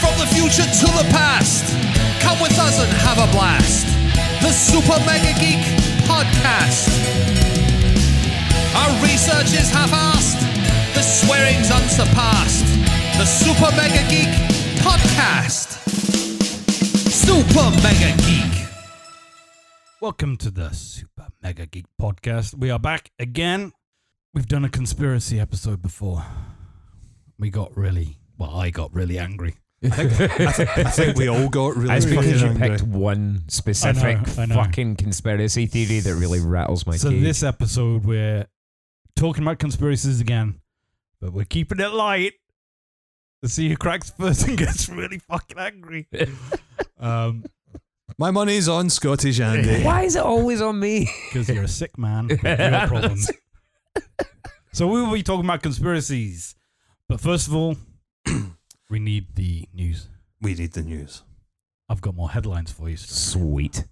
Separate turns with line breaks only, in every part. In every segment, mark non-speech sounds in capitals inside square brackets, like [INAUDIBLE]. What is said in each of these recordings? connection to the past. Come with us and have a blast. The Super Mega Geek Podcast. Our research is half-assed. The swearing's unsurpassed. The Super Mega Geek Podcast. Super Mega Geek.
Welcome to the Super Mega Geek Podcast. We are back again. We've done a conspiracy episode before. We got really, well, I got really
[LAUGHS]
angry.
I think we all got really
That's because you
fucking angry.
picked one specific
I know.
fucking conspiracy theory that really rattles my
so,
cage.
this episode, we're talking about conspiracies again, but we're keeping it light to see who cracks first and gets really fucking
[LAUGHS]
angry. Um,
My money's on Scottish [LAUGHS]
[LAUGHS]
Andy.
Why is it always on me?
because you're a sick
[LAUGHS]
man with real problems. so we will be talking about conspiracies, but first of all, [CLEARS THROAT] we need the news.
we need the news.
I've got more headlines for you.
Sweet.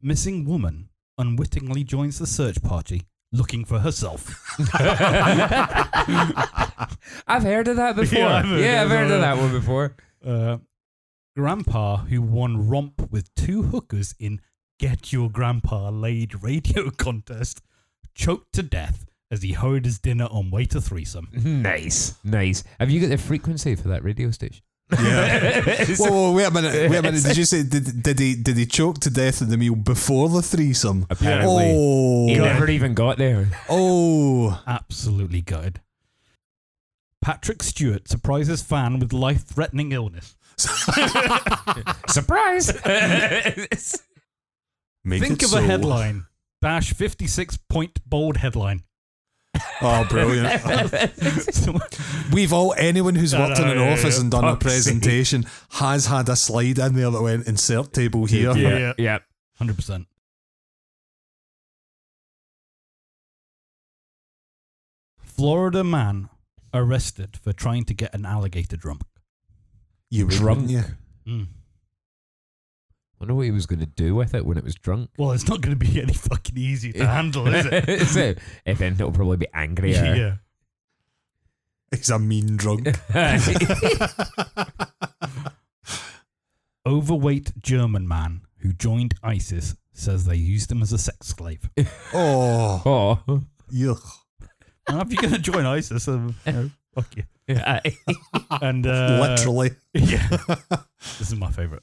Missing woman unwittingly joins the search party looking for herself.
I've heard of that before.
Yeah,
Yeah,
I've
I've
heard
heard,
of that
of
one.
that one before.
Uh, grandpa who won romp with two hookers in Get Your Grandpa Laid radio [LAUGHS] contest choked to death as he hurried his dinner on way to threesome.
Nice, nice. Have you got the frequency for that radio station? [LAUGHS]
Whoa, whoa, Oh, wait a minute, wait a
[LAUGHS]
minute. Did you say did, did he did he choke to death at the meal before the threesome?
Apparently, he
Oh,
never even got there.
oh,
Absolutely gutted. Patrick Stewart surprises fan with life threatening illness.
Surprise! [LAUGHS]
Make
Think
it
of
so.
a headline. Dash 56 point bold headline.
[LAUGHS] Oh, brilliant!
[LAUGHS]
We've all anyone who's worked in an
yeah,
office and done a
Fuck's sake.
presentation has had a slide in there that went insert table here.
Yeah.
yeah.
100%. Florida man arrested for trying to get an alligator drunk.
You would,
Drunk.
wouldn't you?
Mm. Wonder what he was going to do with it when it was drunk.
Well, it's not going to be any fucking easy to handle, is
[LAUGHS]
it?
so, if then it'll probably be angrier.
[LAUGHS] yeah.
He's a mean drunk. [LAUGHS]
Overweight German man who joined ISIS says they used him as a sex slave.
Oh,
[LAUGHS] oh.
yuck.
Now, if you're going to join ISIS, um, you know, fuck you. And uh,
[LAUGHS]
[LAUGHS]
literally.
Yeah. this is my favorite.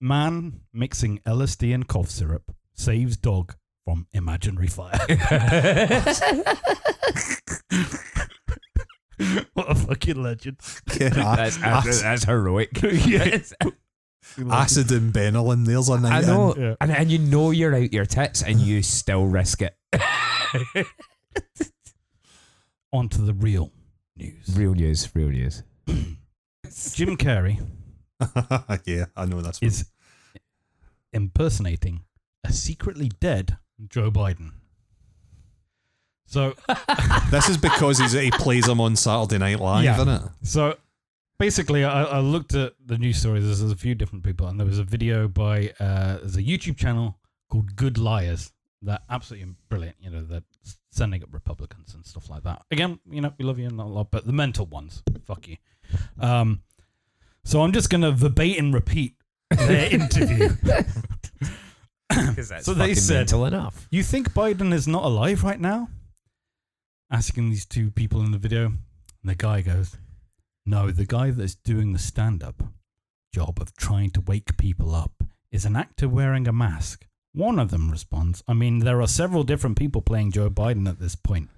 Man mixing LSD and cough syrup saves dog from imaginary fire. [LAUGHS] what a fucking legend.
Yeah,
That's, that's, that's [LAUGHS] heroic.
acid and Benelin. There's a
I
night.
know,
in.
Yeah.
and, and you know you're out your tits, and you still risk it.
On to the real news.
Real news, real news.
Jim Carrey
[LAUGHS] yeah, I know that's.
is impersonating a secretly dead Joe Biden. So
this is because he's, he plays him on Saturday Night Live,
Yeah.
isn't it?
So basically, I, I looked at the news stories. There's a few different people, and there was a video by uh, there's a YouTube channel called Good Liars. They're absolutely brilliant. You know, they're sending up Republicans and stuff like that. Again, you know, we love you and a lot, but the mental ones, fuck you. Um, so I'm just gonna verbatim repeat
[LAUGHS]
their interview.
That's
So they
fucking
said-
mental enough.
You think Biden is not alive right now? Asking these two people in the video. And the guy goes, No, the guy that's doing the stand up job of trying to wake people up is an actor wearing a mask. One of them responds, I mean, there are several different people playing Joe Biden at this point.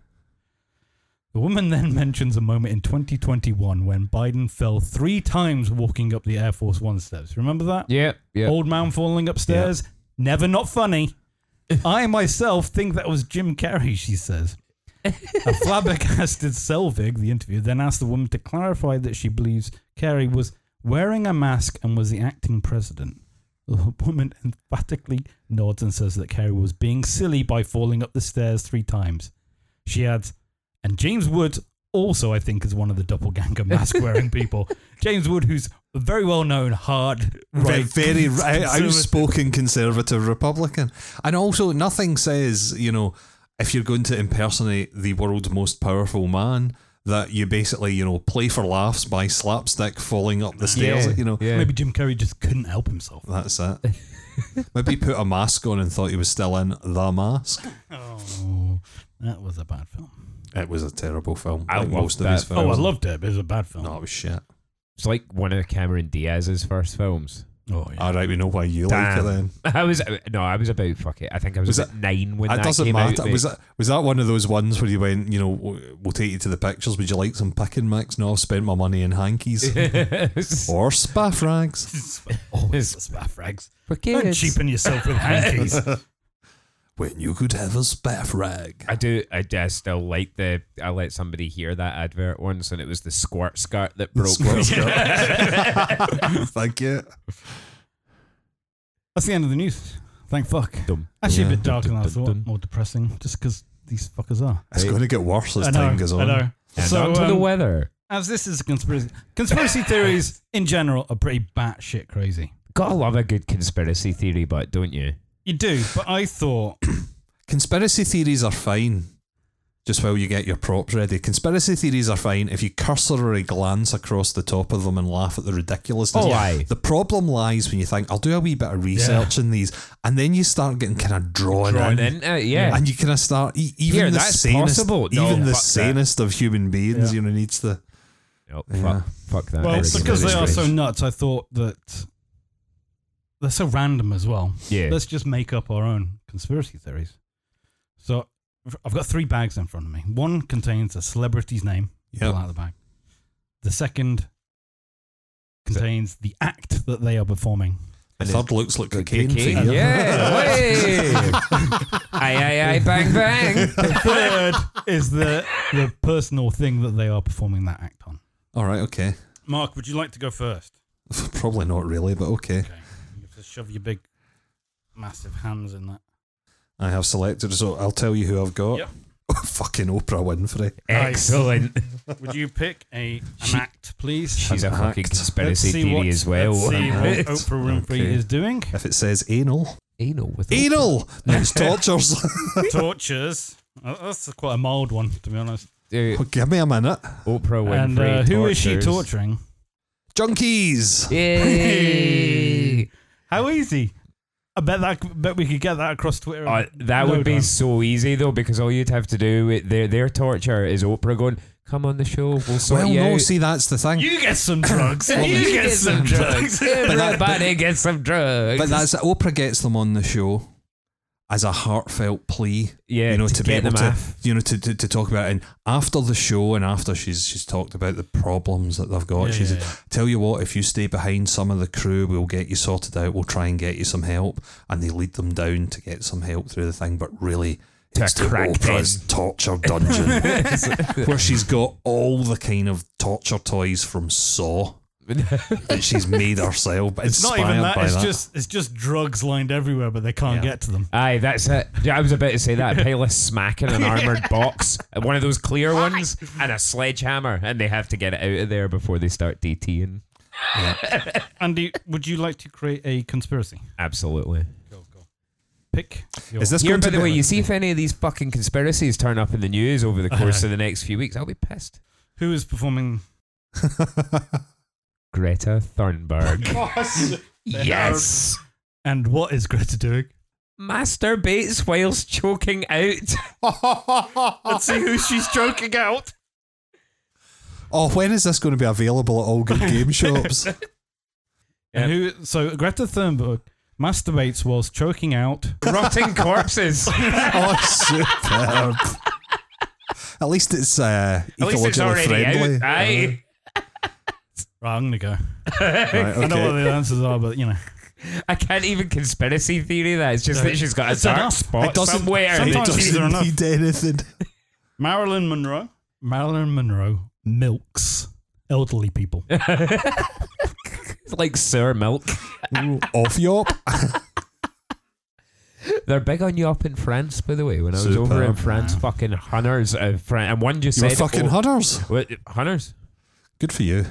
The woman [LAUGHS] then mentions a moment in 2021 when Biden fell three times walking up the Air Force One steps. Remember that?
Yeah, yeah.
Old man falling upstairs. Never not funny. [LAUGHS] I myself think that was Jim Carrey, she says. A flabbergasted Selvig, the interviewer, then asked the woman to clarify that she believes Carrey was wearing a mask and was the acting president. The woman emphatically nods and says that Carrey was being silly by falling up the stairs three times. She adds, and James Wood also, I think, is one of the doppelganger mask wearing people. James Wood, who's a very well known, hard,
Right.
right,
Very right,
conservative-
outspoken conservative Republican, and also nothing says you know if you're going to impersonate the world's most powerful man that you basically, you know, play for laughs by slapstick falling up the stairs. You know,
yeah.
Maybe Jim Carrey just couldn't help himself.
that's it. Maybe he put a mask on and thought he was still in the mask.
Oh, that was a bad film.
It was a terrible film.
I
like
loved
most of his
that.
films.
Oh, I loved it, but it was a bad film.
No, it was shit.
It's like one of Cameron Diaz's first films.
Oh, yeah. [LAUGHS]
All right, we know why you like it
Damn.
then.
[LAUGHS] I was no, I was about fuck it. I think I was,
Was
about nine when
It
that
doesn't
came
matter.
out.
was
mate.
that was that one of those ones where you went, you know, w- we'll take you to the pictures. Would you like some picking mix? No, I've spent my money in
[LAUGHS]
hankies
[LAUGHS]
or spa frags.
Always the spaff rags.
For
Don't
kids.
cheapen yourself with hankies.
When you could have a spa frag.
I do. I, do- I still like the. I let somebody hear that advert once, and it was the squirt skirt that broke.
squirt
me.
[LAUGHS]
[LAUGHS] Thank you.
That's the end of the news. Thank fuck.
Dum.
Actually,
Yeah.
a bit darker than I
Dun, dun,
thought.
dun.
More depressing, just because these fuckers are.
It's
Hey.
going to get worse as
I know.
time goes on.
I know.
And
so,
on to the
um,
weather.
as this is a conspiracy, conspiracy theories in general are pretty batshit crazy.
Gotta love a good conspiracy theory, but don't you?
You do, but I
[COUGHS]
thought
Conspiracy theories are fine. Just while you get your props ready. Conspiracy theories are fine if you cursory glance across the top of them and laugh at the ridiculousness.
Oh, aye.
The problem lies when you think, I'll do a wee bit of research in these, and then you start getting kind of drawn,
Drawn
in.
into it, yeah.
And you kind of start, e- even
Here,
the
that's
sanest,
possible. No,
even the
fuck that.
sanest of human beings, you know, needs to.
No,
Yeah.
fuck, fuck that.
Well,
It's
Everything
because
is
they are
great.
so nuts, I thought that they're so random as well.
Yeah.
Let's just make up our own conspiracy theories. So I've got three bags in front of me. One contains a celebrity's name. You
Yep.
Pull out the bag. The second contains the act that they are
[LAUGHS]
performing.
The third looks like cocaine.
Cocaine,
to
[LAUGHS]
you. [LAUGHS]
Yeah. Hey. aye, aye, aye, bang, bang.
[LAUGHS] The third is the the personal thing that they are performing that act on.
All right, okay. [LAUGHS]
Mark, would you like to go first?
Probably not really, but okay.
Okay. You have to shove your big, massive hands in that.
I have selected, so I'll tell you who I've got.
Yep.
[LAUGHS] Fucking Oprah Winfrey.
Excellent.
Would you pick a an
She-
act, please?
She's a
An
fucking
act.
Let's
conspiracy
see
theory
what-
as well.
Let's see
An
what
act.
Oprah Winfrey
Okay.
is doing.
If it says anal,
Anal with
anal, not tortures. [LAUGHS]
Tortures. Uh, That's quite a mild one, to be honest.
Dude,
Well, give me a minute.
Oprah Winfrey.
and uh, who is she
tortures.
torturing?
Junkies.
Yay.
How easy? I bet that. Bet we could get that across Twitter.
Uh, that would be
Lowdown.
so easy though, because all you'd have to do with their their torture is Oprah going, "Come on the show, we'll sort
Well,
you
no,
out." [LAUGHS]
see, that's the thing.
You get
[COUGHS]
some drugs. and you, get, some drugs.
Everybody gets some drugs.
But that's Oprah gets them on the show as a heartfelt plea.
Yeah,
you know,
to
to, be
get
able
them
to,
off.
you know, to, to, to talk about it. And after the show and after she's she's talked about the problems that they've got,
Yeah,
she
yeah,
said,
yeah.
"Tell you what, if you stay behind some of the crew, we'll get you sorted out. We'll try and get you some help." And they lead them down to get some help through the thing, but really.
To
It's to
crack
Oprah's
them.
torture
[LAUGHS]
dungeon, [LAUGHS] where she's got all the kind of torture toys from Saw
[LAUGHS]
that she's made herself.
It's [LAUGHS] not even
inspired
that.
by
It's
that.
just it's just drugs lined everywhere, but they can't
Yeah.
get to them.
Aye, that's it. Yeah, I was about to say that. A pile of smack in an armored box, uh, one of those clear ones, and a sledgehammer, and they have to get it out of there before they start DTing.
Andy, would you like to create a conspiracy?
Absolutely.
Pick. Your
Is this
Here,
going
by
to
the
be-
way, you see if any of these fucking conspiracies turn up in the news over the course of the next few weeks, I'll be pissed.
who is performing?
Greta Thunberg. yes.
And what is Greta doing?
Masturbates whilst choking out. [LAUGHS]
[LAUGHS]
Let's see who she's joking out.
Oh, when is this going to be available at all good game shops?
And who? So Greta Thunberg masturbates whilst choking out.
Rotting [LAUGHS] corpses.
oh, superb. At least it's uh,
At least it's
ecologically
already
friendly.
out. Aye.
uh-huh.
Right, I'm gonna go.
Right,
I know what
okay.
the answers are, but you know,
I can't even conspiracy theory that. It's just
No,
that she's got a
it's
dark
enough.
spot
It doesn't-
somewhere.
It
Sometimes
doesn't
these are enough.
need anything.
Marilyn Monroe. Marilyn Monroe milks elderly people.
It's [LAUGHS] like Sir Milk.
Ooh, Off yop.
They're big on yop in France, by the way. When I was over in
Superb.
France, fucking hunters of France, and one just
You're
said,
fucking
oh,
hunters.
what- hunters.
Good for you.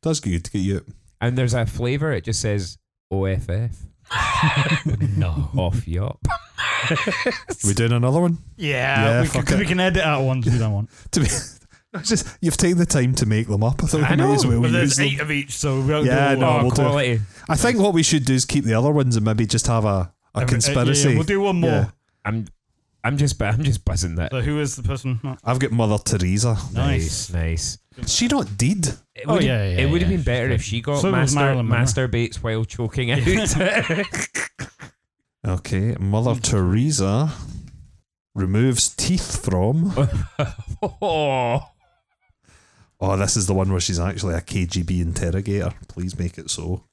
Does good to get you.
And there's a flavour. It just says OFF. [LAUGHS] no, off yop.
we doing another one?
Yeah,
Yeah,
we,
fuck
can,
it.
we can edit out ones we don't want.
To be It's just you've taken the time to make them up. I thought we may as [LAUGHS] well
But
use
there's
them.
eight of each, so we don't
Yeah,
do all
no,
of
we'll
them.
oh,
do it.
quality.
I think what we should do is keep the other ones and maybe just have a, a
Every- uh,
conspiracy.
yeah, yeah, we'll do one more.
Yeah.
I'm, I'm just, bu- I'm just buzzing that.
So who is the person? Not-
I've got Mother Teresa.
Nice.
nice.
She not deed.
It
Oh,
would-
yeah, yeah,
It would have
yeah.
been better if she got
So was
master,
Marilyn Monroe.
masturbates
[LAUGHS]
while choking out. [LAUGHS]
Okay, Mother Teresa removes teeth from.
oh,
Oh, this is the one where she's actually a KGB interrogator. Please make it so.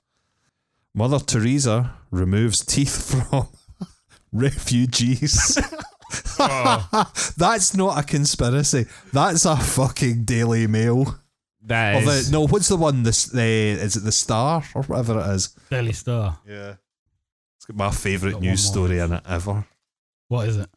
Mother Teresa removes teeth [LAUGHS] from refugees. [LAUGHS] That's not a conspiracy. That's a fucking Daily Mail.
that
Or the-
is.
no, what's the one? This the is it the Star or whatever it is.
Daily Star.
Yeah, it's got my favourite
Got
news
one more.
story in it ever.
What is it?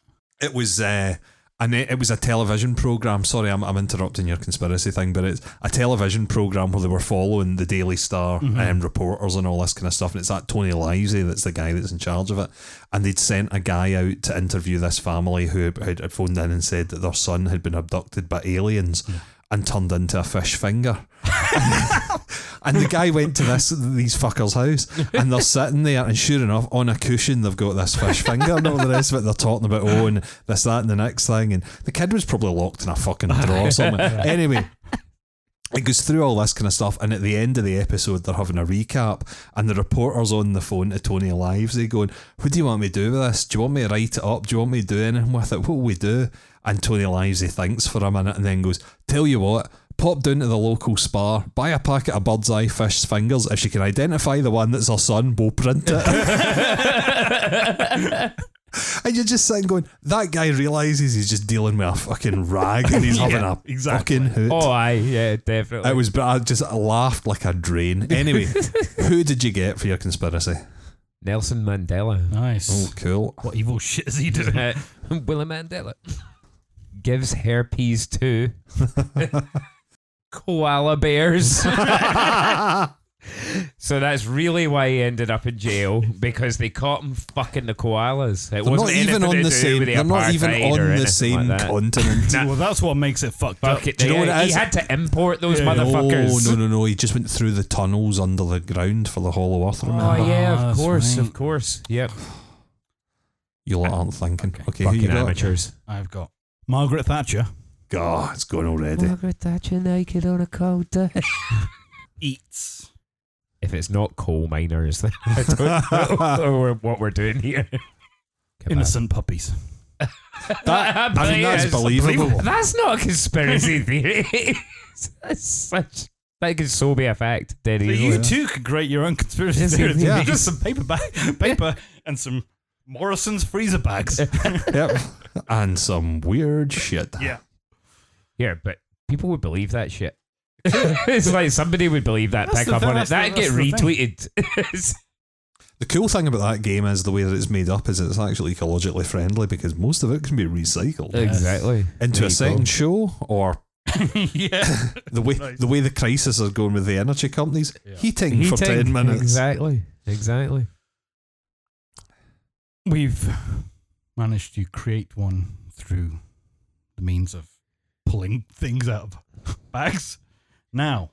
It was uh, an, it was a television program. Sorry, I'm, I'm interrupting your conspiracy thing, but it's a television program where they were following the Daily Star and reporters and all this kind of stuff. And it's that Tony Livesey that's the guy that's in charge of it. And they'd sent a guy out to interview this family who had, had phoned in and said that their son had been abducted by aliens. And turned into a fish finger, and the guy went to this these fuckers' house, and they're sitting there, and sure enough, on a cushion they've got this fish finger and all the rest of it. They're talking about oh and this, that, and the next thing, and the kid was probably locked in a fucking drawer or something. Anyway. It goes through all this kind of stuff, and at the end of the episode, they're having a recap, and the reporter's on the phone to Tony Livesey going, "What do you want me to do with this? Do you want me to write it up? Do you want me to do anything with it? What will we do?" And Tony Livesey thinks for a minute, and then goes, "Tell you what, pop down to the local spa, buy a packet of bird's eye fish's fingers. If she can identify the one that's her son, we'll print it." [LAUGHS] And you're just sitting going, that guy realizes he's just dealing with a fucking rag and he's having a
exactly.
fucking hoot.
oh, aye, yeah, definitely.
It was, but I just laughed like a drain.
[LAUGHS]
Anyway, who did you get for your conspiracy?
Nelson Mandela. [LAUGHS]
Nice.
cool.
What evil [LAUGHS] shit is he doing?
Uh, William Mandela gives herpes to
[LAUGHS]
koala
[LAUGHS]
bears. so that's really why he ended up in jail because they caught him fucking the koalas. It
They're
wasn't
not even
anything
on
to
the
do
same.
with
They're not even
apartheid or
on the
anything
same
like that. [LAUGHS]
continent.
Well, that's what makes it fucked
Fuck
up.
it,
Do you know
yeah,
what it
he
is?
had to import those
Yeah.
No,
motherfuckers.
Oh, no, no, no. He just went through the tunnels under the ground for the Hollow Earth. Remember?
Oh yeah,
Ah,
of
that's
course,
right.
of course. Yep.
You lot aren't thinking. Okay, who you
Fucking
got?
amateurs.
I've got Margaret Thatcher.
God, it's gone
[LAUGHS]
already.
Margaret Thatcher naked on a cold day.
Eats.
If it's not coal miners, [LAUGHS] then I
[LAUGHS]
don't know or we're- what we're doing here. [LAUGHS]
Innocent puppies.
That- I mean, that's
Yes.
believable.
That's not a
[LAUGHS]
conspiracy theory. that's such. That could so be a fact, dead
So
easily.
you too could create your own conspiracy
Yes,
theories.
yeah.
You [LAUGHS] Just some paper bag, paper and some Morrison's freezer bags.
yep. And some weird shit.
yeah.
Yeah, but people would believe that shit. [LAUGHS] it's like somebody would believe that,
That's
pick
the
up
thing,
on
that's
it.
the-
That'd
that's
get
the thing.
retweeted. [LAUGHS]
The cool thing about that game is the way that it's made up is it's actually ecologically friendly because most of it can be recycled
exactly.
into
There you go.
a second show or
[LAUGHS] yeah.
the way
Nice.
the way the crisis is going with the energy companies heating for
Heating.
ten minutes.
Exactly. Exactly. [LAUGHS]
We've managed to create one through the means of pulling things out of bags. Now,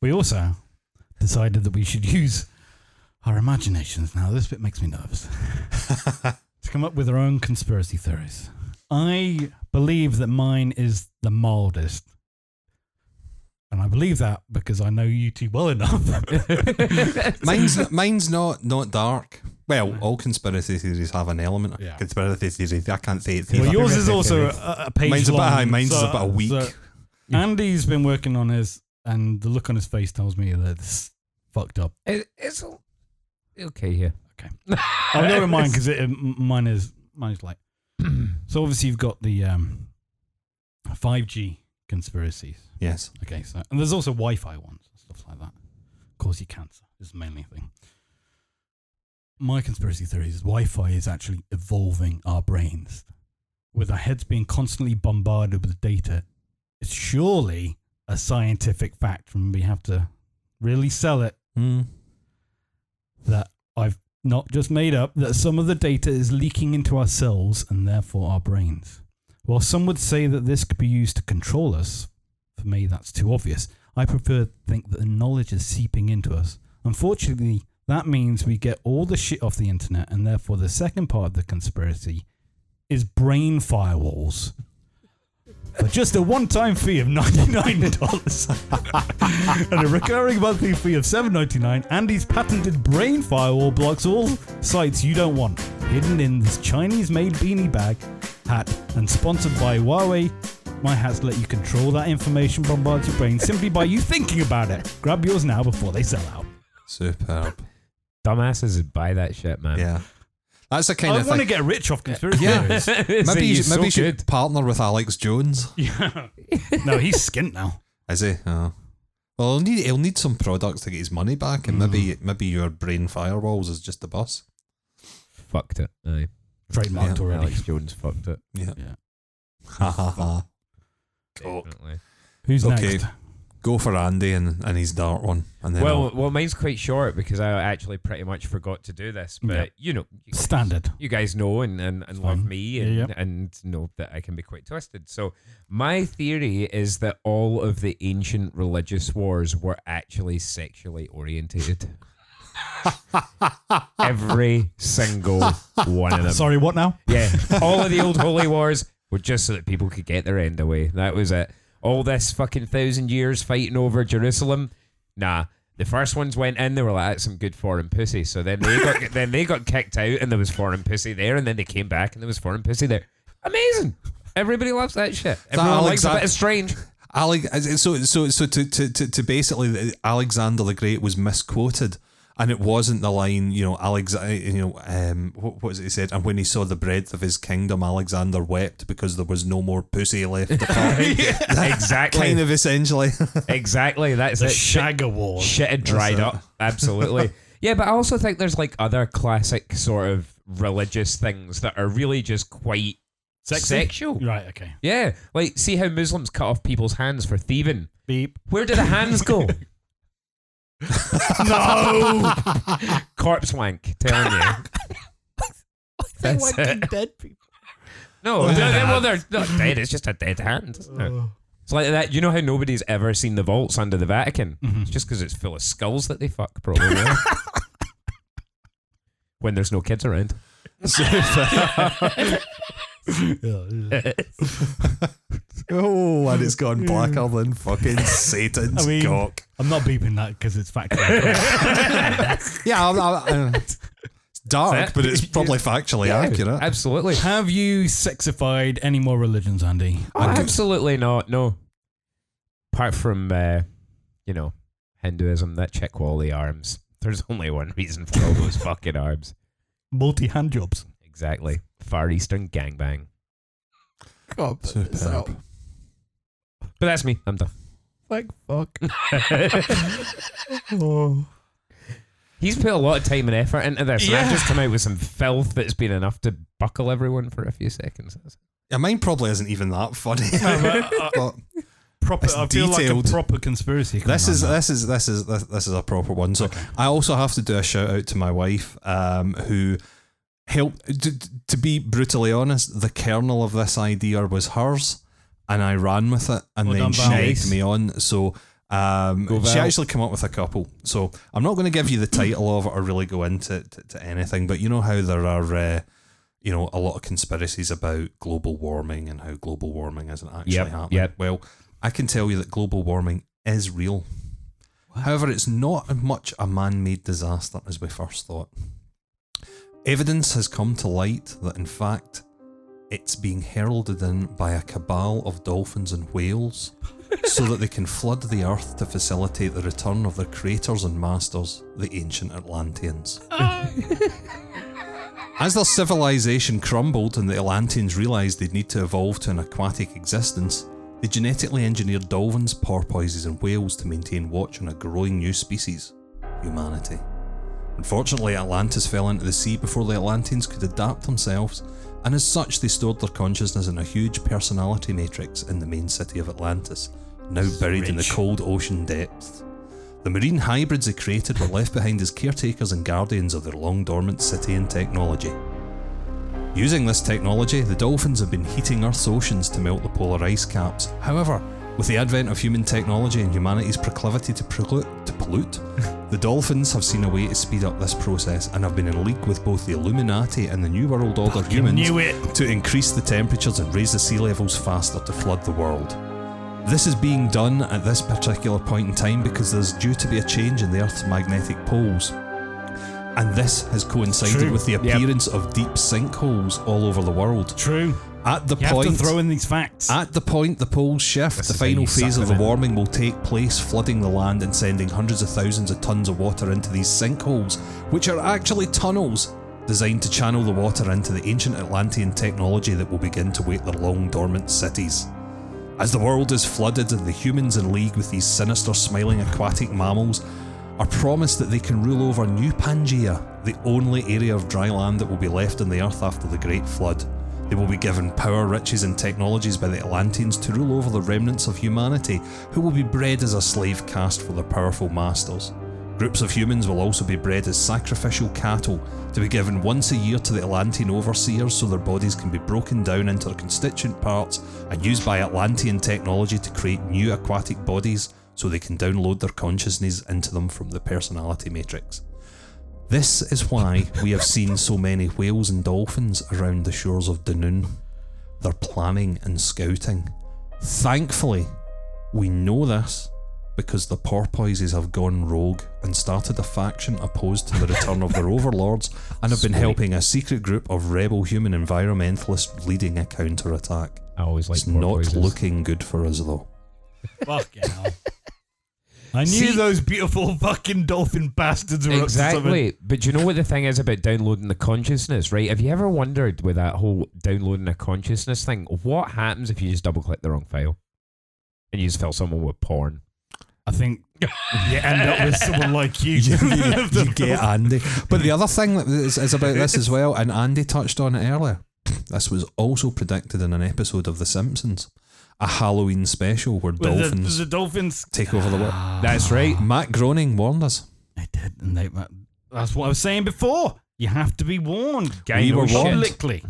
we also decided that we should use our imaginations. Now, this bit makes me nervous. to come up with our own conspiracy theories. I believe that mine is the mildest. And I believe that because I know you two well enough. [LAUGHS]
Mine's n- mine's not not dark. Well, all conspiracy theories have an element. of
Yeah.
Conspiracy theory. I can't say it's
well,
either.
yours is also a, a page
mine's a bit
long,
high. Mine's is
so-
a bit weak.
so- Andy's been working on his, and the look on his face tells me that it's fucked up.
It, it's all- okay here.
I'll go with mine because mine is mine's like. [CLEARS THROAT] so obviously you've got the um, 5G conspiracies.
yes.
Okay, so and there's also Wi-Fi ones and stuff like that. Cause you cancer is the mainly thing. My conspiracy theory is Wi-Fi is actually evolving our brains. With our heads being constantly bombarded with data, it's surely a scientific fact, and we have to really sell it
Mm.
that I've not just made up that some of the data is leaking into our cells and therefore our brains. While some would say that this could be used to control us, For me, that's too obvious. I prefer to think that the knowledge is seeping into us. Unfortunately, that means we get all the shit off the internet, and therefore the second part of the conspiracy is brain firewalls. For just a one time fee of $99 and a recurring monthly fee of $7.99, Andy's patented brain firewall blocks all sites you don't want, hidden in this Chinese made beanie bag, hat, and sponsored by Huawei. My hats let you control that information bombards your brain simply by you thinking about it. Grab yours now before they sell out.
Superb.
[LAUGHS] Dumbasses buy that shit, [LAUGHS] man.
Yeah. That's the kind
I
of
want to
thing.
get rich off conspiracy
Yeah.
theories. [LAUGHS]
maybe you,
he's
should- maybe
so
you should
good.
partner with Alex Jones.
No, he's skint now.
Is he? Oh. Well, he'll need he'll need some products to get his money back, and maybe maybe your brain firewalls is just a bus.
Fucked it. Aye.
Trademarked
Yeah,
already.
Alex Jones fucked it.
Yeah.
Yeah.
Ha ha ha.
Oh.
Coke.
Definitely.
Who's
Okay.
next?
Go for Andy and, and his dart one, and then
Well,
I'll-
well, mine's quite short because I actually pretty much forgot to do this. But
Yeah.
you know, you guys-
Standard.
You guys know and and, and love
fine.
me
Yeah,
and,
yeah.
and know that I can be quite twisted. So my theory is that all of the ancient religious wars were actually sexually
[LAUGHS]
orientated. Every single one
Um,
of them.
Sorry, what now?
Yeah, all of the old holy wars were just so that people could get their end away. That was it. All this fucking thousand years fighting over Jerusalem. Nah, the first ones went in. They were like, "That's some good foreign pussy." So then they got then they got kicked out, and there was foreign pussy there, and then they came back, and there was foreign pussy there. Amazing. Everybody loves that shit. Everyone likes a
Alexan-
bit of strange.
Alec, so so so to, to, to, to basically uh, Alexander the Great was misquoted, and it wasn't the line you know Alex uh, you know um what, what was it he said? And when he saw the breadth of his kingdom, Alexander wept because there was no more pussy left. To [LAUGHS] find.
Exactly.
Kind of essentially. [LAUGHS]
Exactly. That's
The
it. Shit-
Shagger Wars.
Shit had dried up. Absolutely. yeah, but I also think there's like other classic sort of religious things that are really just quite
Sexy?
sexual.
Right, okay.
Yeah. Like, see how Muslims cut off people's hands for thieving.
Beep.
[LAUGHS]
Where do the hands [LAUGHS] go? [LAUGHS]
No!
Corpse wank, telling you. That's it.
dead people.
No, they're, [LAUGHS] they're- well, they're not dead. It's just a dead hand. Isn't it?
Oh.
It's like that. You know how nobody's ever seen the vaults under the Vatican? It's just because it's full of skulls that they fuck, probably. [LAUGHS] when there's no kids [LAUGHS] around.
[LAUGHS] oh, and it's gone blacker than fucking Satan's
I mean,
cock.
I'm not beeping that because it's
[LAUGHS]
factual.
Yeah, I'm, I'm, i uh, [LAUGHS] it's dark,
Is that-
but it's probably factually accurate.
Absolutely.
Have you sexified any more religions, Andy?
Oh, absolutely not. No. Apart from, uh, you know, Hinduism, that chick with all the arms. [LAUGHS] There's only one reason for all those fucking arms.
Multi hand jobs.
Exactly. Far Eastern gangbang.
Superb.
But that's me. I'm done.
Like,
[LAUGHS]
fuck.
He's put a lot of time and effort into this, and I've just come out with some filth that's been enough to buckle everyone for a few seconds. That's-
Yeah, mine probably isn't even that [LAUGHS] funny. But- uh,
Proper,
It's
I feel like
detailed.
a proper conspiracy. going
This
on
is
there.
this is this is this, this is a proper one. So I also have to do a shout out to my wife, um, who helped. To, to be brutally honest, the kernel of this idea was hers, and I ran with it, and
Well
then
done,
she
Val.
egged me on. So. Um,
Go,
she
Val.
actually came up with a couple, so I'm not going to give you the title of it or really go into to, to anything. But you know how there are, uh, you know, a lot of conspiracies about global warming and how global warming isn't actually
Yep,
happening.
yep.
Well, I can tell you that global warming is real. However, it's not as much a man made disaster as we first thought. Evidence has come to light that, in fact, it's being heralded in by a cabal of dolphins and
[LAUGHS]
whales so that they can flood the earth to facilitate the return of their creators and masters, the ancient Atlanteans. As their civilization crumbled and the Atlanteans realised they'd need to evolve to an aquatic existence, they genetically engineered dolphins, porpoises, and whales to maintain watch on a growing new species humanity. Unfortunately, Atlantis fell into the sea before the Atlanteans could adapt themselves, and as such, they stored their consciousness in a huge personality matrix in the main city of Atlantis, now buried in the cold ocean depths. The marine hybrids they created were left behind as caretakers and guardians of their long dormant city and technology. Using this technology, the dolphins have been heating Earth's oceans to melt the polar ice caps. However, With the advent of human technology and humanity's proclivity to, preclu- to pollute, [LAUGHS] the Dolphins have seen a way to speed up this process and have been in league with both the Illuminati and the New World Order humans
knew it.
to increase the temperatures and raise the sea levels faster to flood the world. This is being done at this particular point in time because there's due to be a change in the Earth's magnetic poles. And this has coincided
True.
with the appearance of deep sinkholes all over the world.
True.
At the
You
point
have to throw in these facts.
at the point the poles shift,
This
the
is how
final
you
phase
suck
of the
them in.
warming will take place, flooding the land and sending hundreds of thousands of tons of water into these sinkholes, which are actually tunnels designed to channel the water into the ancient Atlantean technology that will begin to wake their long dormant cities. As the world is flooded and the humans in league with these sinister smiling aquatic mammals are promised that they can rule over New Pangaea, the only area of dry land that will be left on the earth after the Great Flood. They will be given power, riches, and technologies by the Atlanteans to rule over the remnants of humanity, who will be bred as a slave caste for their powerful masters. Groups of humans will also be bred as sacrificial cattle to be given once a year to the Atlantean overseers so their bodies can be broken down into their constituent parts and used by Atlantean technology to create new aquatic bodies so they can download their consciousness into them from the personality matrix. This is why we have seen so many whales and dolphins around the shores of Dunoon. They're planning and scouting. Thankfully, we know this because the porpoises have gone rogue and started a faction opposed to the return of their [LAUGHS] overlords and have been helping a secret group of rebel human environmentalists leading a counterattack.
I always like
It's not looking good for us though.
Fucking hell. I knew
See-
those beautiful fucking dolphin bastards were up to something.
Exactly, but you know what the thing is about downloading the consciousness, right? Have you ever wondered with that whole downloading a consciousness thing? What happens if you just double click the wrong file and you just fill someone with porn?
I think you end up with someone like [LAUGHS] you. [LAUGHS]
[LAUGHS] you, you- you get uh, Andy. But the other thing that is, is about
[LAUGHS]
this as well, and Andy touched on it earlier. This was also predicted in an episode of The Simpsons, a Halloween special where
With the- Ah.
dolphins
The, dolphins.
take over the world.
That's right.
Matt Groening warned us.
They did, and they. That's what I was saying before. You have to be warned. Gang
We were warned.
publicly.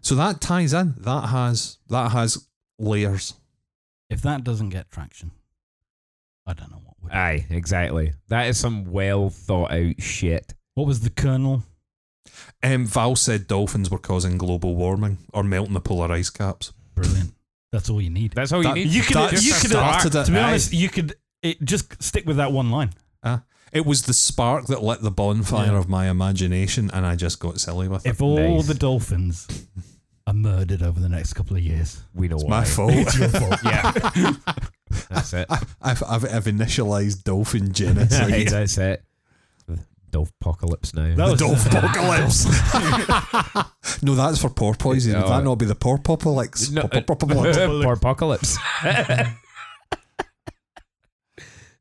So that ties in. That has that has layers.
If that doesn't get traction, I don't know what would.
Aye, exactly. That is some well thought out shit.
What was the colonel?
Um, Val said dolphins were causing global warming or melting the polar ice caps.
Brilliant. That's all you need.
That's all
That-
you need.
You could.
That
you could.
started it.
To be
Aye.
honest, you could it, just stick with that one line.
Ah. it was the spark that lit the bonfire
Yeah.
of my imagination, and I just got silly with it.
If all
Nice.
the dolphins are murdered over the next couple of years,
we know why.
my fault.
it's your fault.
[LAUGHS] Yeah. that's it.
[LAUGHS] I've, I've, I've initialized dolphin
[LAUGHS]
genocide.
Aye, that's it. Dolph apocalypse now.
That was
[LAUGHS]
Dolph apocalypse. [LAUGHS] no, that's for porpoises. Would that not be the porpopolis? [LAUGHS]
No, uh, [LAUGHS]
Porpopolis.
For apocalypse.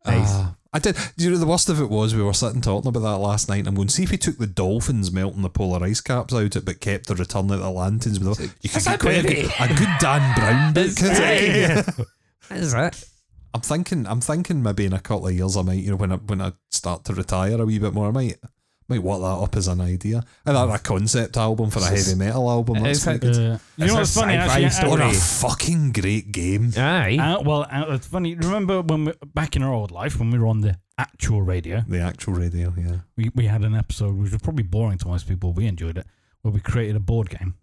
Ah. I did. You know, the worst of it was we were sitting talking about that last night. and I'm going see if we took the dolphins melting the polar ice caps out, it, but kept the return of the Atlanteans. With the, you could
That's a
get quite a
baby.
good, a good
[LAUGHS]
Dan Brown book. couldn't you?
That is it.
I'm thinking. I'm thinking maybe in a couple of years I might. You know, when I when I start to retire a wee bit more, I might might work that up as an idea. And a concept album for a heavy metal album. That's
It's like-
quite good.
Uh, you know
a
what's funny?
sci-fi
Actually,
What
story.
a fucking great game.
Aye.
Uh, well, uh, it's funny. Remember when we, back in our old life when we were on the actual radio,
The actual radio, yeah.
we, we had an episode which was probably boring to most people. We enjoyed it where we created a board game.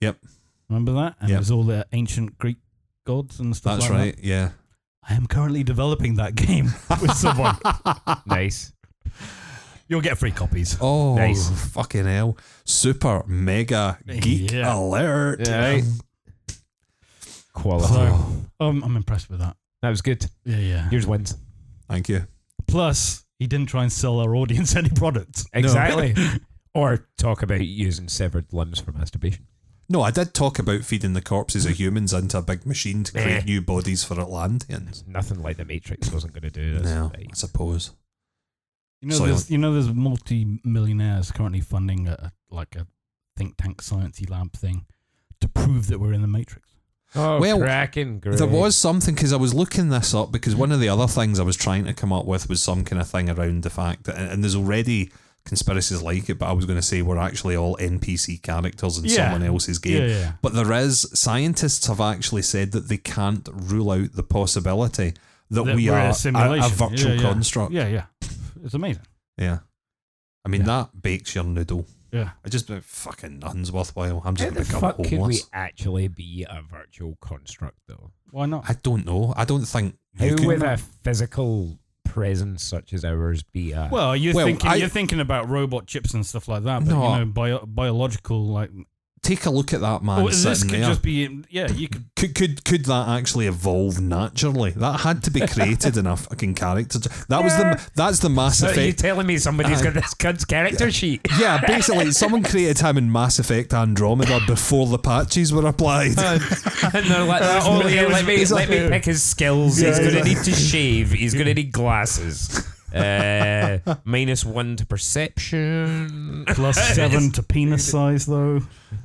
Yep.
Remember that? And
Yep.
it was all the ancient Greek gods and stuff.
That's
like
right, yeah.
That. I am currently developing that
[LAUGHS]
game with someone.
Nice.
You'll get free copies.
Oh,
Nice.
fucking hell. Super mega geek
Yeah.
alert. Um,
Yeah, right. Quality.
So
Oh.
um, I'm impressed with that.
That was good.
Yeah, yeah.
Yours wins.
Thank you.
Plus, he didn't try and sell our audience [LAUGHS] any product.
Exactly. [LAUGHS] or talk about using severed limbs for masturbation.
No, I did talk about feeding the corpses of humans into a big machine to create new bodies for Atlanteans.
Nothing like the Matrix wasn't going to do this.
No,
Like,
I suppose.
You know,
Silent.
there's, you know, there's multi-millionaires currently funding a, a- like a think tank sciencey lab thing to prove that we're in the matrix.
Oh,
Well,
cracking. Great.
There was something because I was looking this up because one of the other things I was trying to come up with was some kind of thing around the fact that, and there's already conspiracies like it, but I was going to say we're actually all NPC characters in
Yeah.
someone else's game.
Yeah, yeah.
But there is scientists have actually said that they can't rule out the possibility that,
That
we
we're
are
a
a,
simulation.
virtual
yeah, yeah.
construct.
Yeah, yeah. It's amazing.
Yeah. I mean,
Yeah.
that bakes your noodle.
Yeah.
I just uh, fucking nothing's worthwhile. I'm
How
just
the
gonna become
fuck could we
homeless.
actually be a virtual construct, though?
Why not?
I don't know. I don't think you
How
could-
would a physical presence such as ours be a
Well, you're
Well,
thinking
I-
you're thinking about robot chips and stuff like that, but
No.
you know, bio, biological like.
take a look at that man
Oh, this
sitting
could
there.
just be yeah. You [LAUGHS] could
could, could could that actually evolve naturally? That had to be created in a fucking character. That was the that's the Mass
So you
Effect.
telling me somebody's got this cunt's character sheet?
yeah, basically, someone created him in Mass Effect Andromeda before the patches were applied.
[LAUGHS] and they're like,
Uh,
oh, yeah, let, me, let me pick his skills. he's going to
exactly.
[LAUGHS]
need to shave. He's going to need glasses. Uh, minus one to perception.
plus seven [LAUGHS] to penis size though.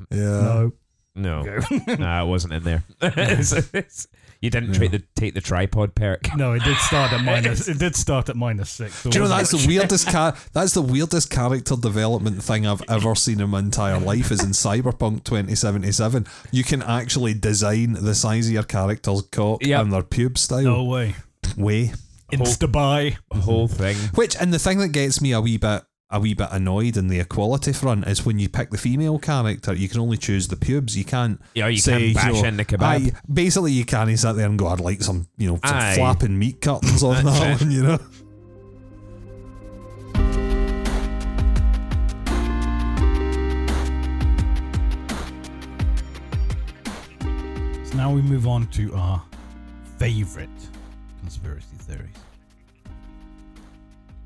yeah,
No,
No, nah, it wasn't
[LAUGHS]
in there. [LAUGHS] It's- it's- you didn't take the take the tripod perk.
no, it did start [LAUGHS] at minus. It did start at minus six.
Do you know
wasn't
that's the weirdest car? That's the weirdest character development thing I've ever seen in my entire life. Is in Cyberpunk 2077, you can actually design the size of your character's cock
Yep.
and their pube style
it? no way.
way.
Insta buy.
The whole thing.
Which and the thing that gets me a wee bit a wee bit annoyed in the equality front is when you pick the female character, you can only choose the pubes. You can't.
Yeah, you
say,
can't bash
you know,
in the kebab.
aye, basically, you can't sit there and go, "I'd like some, you know, some
Aye.
flapping meat
[LAUGHS]
curtains on that one," you know.
So now we move on to our favorite conspiracy theories.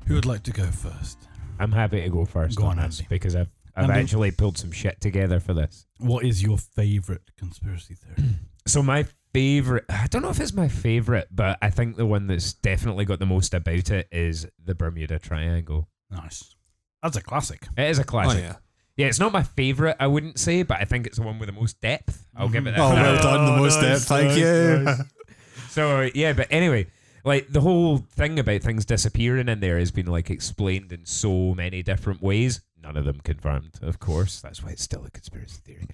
Who would like to go first?
I'm happy to go first
Go
on
on,
this
Andy.
because I've I've
Andy.
actually pulled some shit together for this.
What is your favorite conspiracy theory? [CLEARS THROAT]
So my favorite, I don't know if it's my favorite, but I think the one that's definitely got the most about it is the Bermuda Triangle.
nice. That's a classic.
It is a classic. yeah.
yeah.
it's not my favorite, I wouldn't say, but I think it's the one with the most depth. I'll give it that.
Oh, well
Oh,
done, the most
nice,
depth. Thank
nice,
you.
nice.
So yeah, but anyway, like the whole thing about things disappearing in there has been like explained in so many different ways. None of them confirmed, of course. That's why it's still a conspiracy theory.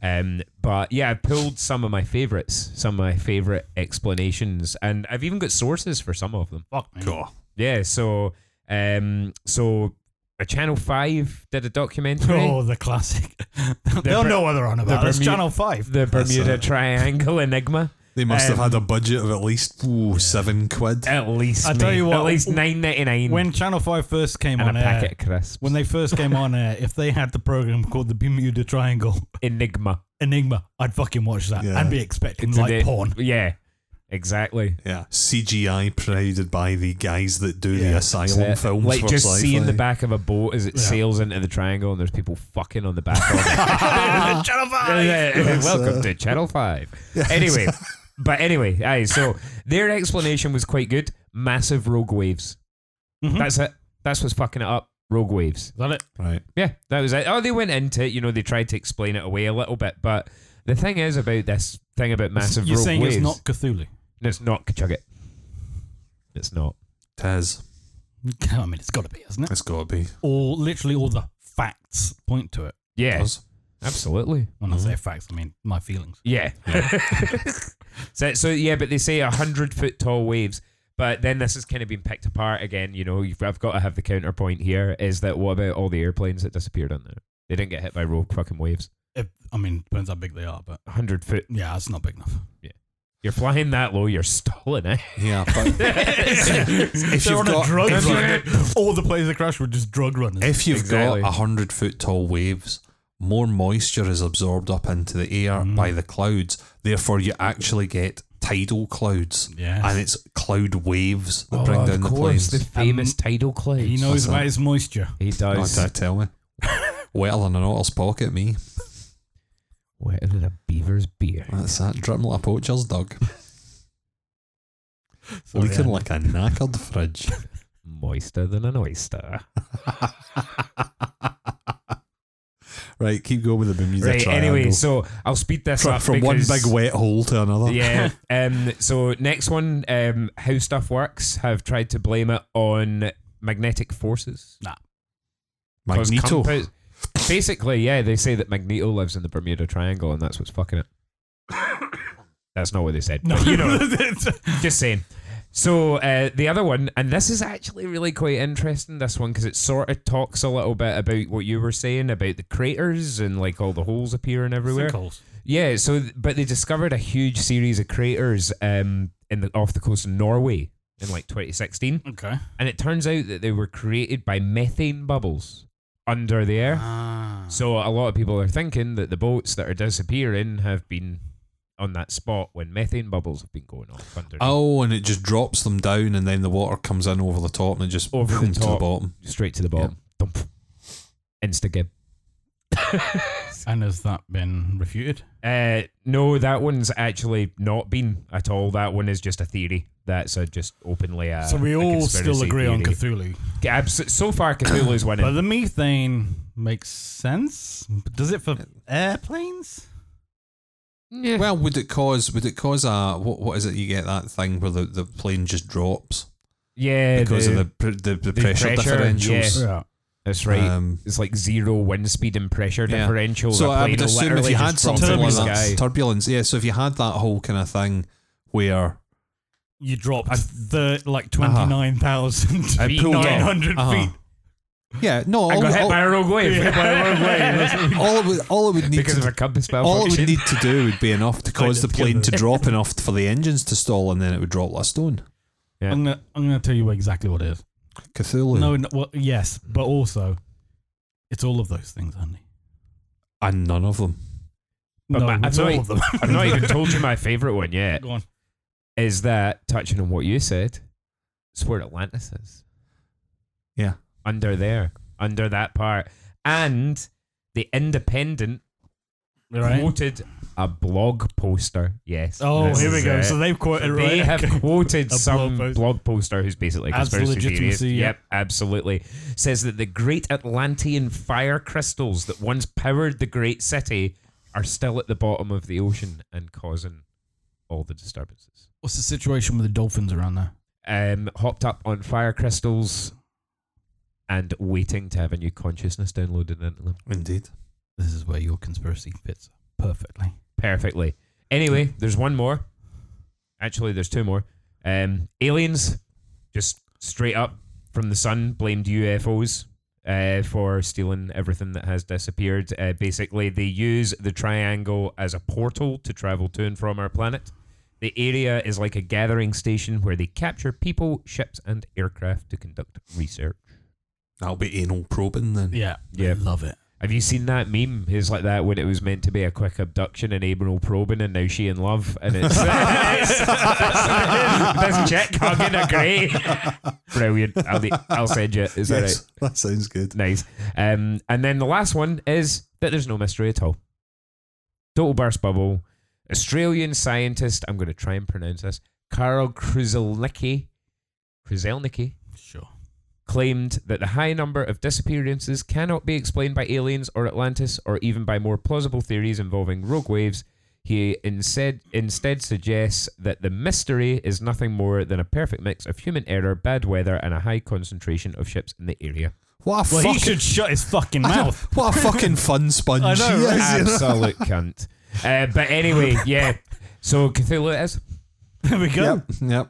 Um, but yeah, I pulled some of my favorites, some of my favorite explanations, and I've even got sources for some of them.
Fuck me.
Yeah, so um, so a Channel Five did a documentary.
Oh, the [LAUGHS] classic. They'll
Br-
know what they're on about. That's
Bermu-
Channel 5.
The
That's
Bermuda
it.
Triangle Enigma.
They must
Um,
have had a budget of at least ooh, seven quid.
At least
I tell
mate,
you what,
at least nine ninety nine
When Channel 5 first came
and a
on air,
packet of crisps.
when they first came on air, if they had the program called the Bermuda Triangle [LAUGHS]
Enigma.
Enigma, I'd fucking watch that
Yeah.
and be expecting
Did
like
it-
porn.
Yeah, exactly.
Yeah, CGI provided by the guys that do the
Yeah,
asylum
So,
films.
like
for
just
sci-fi.
seeing the back of a boat as it
Yeah.
sails into the triangle and there's people fucking on the back of
[LAUGHS]
it. [LAUGHS]
Channel 5!
Yeah, yeah, yeah.
Yes,
Welcome
uh,
to Channel 5. Anyway, but anyway, aye, so their explanation was quite good. Massive rogue waves.
Mhm.
That's it. That's what's fucking it up. Rogue waves.
Is that it?
Right.
Yeah, that was it. Oh, they went into it, you know, they tried to explain it away a little bit, but the thing is about this thing about massive
You're
rogue
saying
waves.
it's not Cthulhu? [LAUGHS]
It's not Chug it. It's not.
Taz,
I mean, it's got to be, isn't it?
it's got to be.
All literally all the facts point to it.
Yeah,
Taz.
absolutely.
When I
Mm-hmm.
say facts, I mean my feelings.
Yeah. [LAUGHS] so, so yeah, but they say a hundred foot tall waves. But then this has kind of been picked apart again. You know, you've, I've got to have the counterpoint here. Is that what about all the airplanes that disappeared on there? They didn't get hit by rogue fucking waves.
If, I mean, depends how big they are, but
A hundred foot.
yeah, it's not big enough.
You're flying that low. You're stalling it.
Yeah,
[LAUGHS]
but if
They're
you've
on
got
a drug
if you've-
run. All the players that crash were just drug runners.
If you've
Exactly.
got a hundred foot tall waves, more moisture is absorbed up into the air
Mm.
by the clouds. Therefore, you actually get tidal clouds,
Yes.
and it's cloud waves that bring down the planes.
Oh, the famous
Um,
tidal clouds.
he knows
What's
about
that?
his moisture.
He
Oh,
does.
don't tell me. Wetter than an otter's pocket, me.
Wetter than a beaver's beer.
That's that. Dripping like a poacher's dog.
Sorry,
Leaking
Andy.
like a knackered fridge.
Moister than an oyster.
Right, keep going with the Bermuda
Right.
Triangle.
Anyway, so I'll speed this
Fro-
up
from one
because-
big wet hole to another.
yeah. Um, so next one, um, how stuff works have tried to blame it on magnetic forces.
Nah.
[LAUGHS] Magneto.
Compound- basically, yeah, they say that Magneto lives in the Bermuda Triangle, and that's what's
[LAUGHS]
fucking it. that's not what they said.
[LAUGHS]
but you know, just saying. So uh, the other one, and this is actually really quite interesting. This one because it sort of talks a little bit about what you were saying about the craters and like all the holes appearing everywhere.
Sinkholes.
Yeah, so th- but they discovered a huge series of craters um in the off the coast of Norway in like 2016,
Okay.
and it turns out that they were created by methane bubbles under the air.
Ah.
So a lot of people are thinking that the boats that are disappearing have been on that spot when methane bubbles have been going off underneath,
Oh, and it just drops them down, and then the water comes in over the top, and it just
Over the
boom, to the
top.
bottom.
straight to the bottom. Dump. Insta gib.
And has that been refuted?
Uh, no, that one's actually not been at all. That one is just a theory. That's a just openly a.
so we
a
all
conspiracy
still agree on
theory.
Cthulhu.
Abs- so far, Cthulhu's
But
winning.
the methane makes sense. Does it for airplanes?
Well, would it cause? Would it cause a what? What is it? You get that thing where the, the plane just drops
yeah,
because
the-
of the pr- the, the,
the
pressure,
pressure,
differentials.
Yeah.
that's right.
Um,
it's like zero wind speed and pressure
Yeah.
differential.
so
The
I
plane
would
will
assume if
literally
you
just
had
drop in
something like
the
that
sky.
turbulence, yeah. So if you had that whole kind of thing where
You dropped the like twenty nine thousand
I pulled off.
nine hundred
Uh-huh.
feet.
yeah, no, all,
I got hit
all,
by a rogue wave.
[LAUGHS] all it would all it would need
because
to
of a compass
all it
malfunction.
would need to do would be
[LAUGHS]
enough to cause the
Kind of
plane to
together.
drop enough for the engines to stall, and then it would drop like a stone.
Yeah.
I'm gonna I'm gonna tell you exactly what it is.
Cthulhu.
No, no, well, yes, but also it's all of those things, Andy.
and none of them.
But
no,
my-
it's
I'm
all
not-
of them. [LAUGHS]
I've not even told
[LAUGHS]
you my favourite one yet.
Go on.
Is that touching on what you said? It's where Atlantis is.
Yeah.
Under there, under that part, and the Independent
Right.
quoted a blog poster. Yes.
Oh,
this
here we
is
go.
it.
So they've quoted right.
they have
okay.
quoted
[LAUGHS] A blog
some
post.
blog poster who's basically a
Adds
conspiracy
legitimacy,
theorist.
yeah.
Yep, absolutely. Says that the great Atlantean fire crystals that once powered the great city are still at the bottom of the ocean and causing all the disturbances.
What's the situation with the dolphins around there?
Um, hopped up on fire crystals and waiting to have a new consciousness downloaded into them
Indeed.
This is where your conspiracy fits perfectly.
perfectly. Anyway, there's one more. Actually, there's two more. Um, aliens, just straight up from the sun, blamed UFOs uh, for stealing everything that has disappeared. Uh, basically, they use the triangle as a portal to travel to and from our planet. The area is like a gathering station where they capture people, ships, and aircraft to conduct research.
That'll be anal probing then.
Yeah.
Yeah.
Love it.
Have you seen that meme? It's like that when it was meant to be a quick abduction and Abram probing, and now she in love, and it's, it's this chick hugging a grey. Brilliant. I'll, be, I'll send you. Is that right?
That sounds good.
Nice. Um, and then the last one is that there's no mystery at all. Total burst bubble. Australian scientist. I'm going to try and pronounce this. Karl Kruzelnicki. Kruzelnicki
Sure.
claimed that the high number of disappearances cannot be explained by aliens or Atlantis or even by more plausible theories involving rogue waves. He instead, instead suggests that the mystery is nothing more than a perfect mix of human error, bad weather, and a high concentration of ships in the area.
What a
Well, he
fucking
should shut his fucking
[LAUGHS] I know,
mouth. [LAUGHS]
what a fucking fun sponge.
I know, right?
[LAUGHS] Yes, you know.
Absolute cunt. Uh, but
[LAUGHS]
anyway, yeah. So Cthulhu it is.
There we go.
Yep, yep.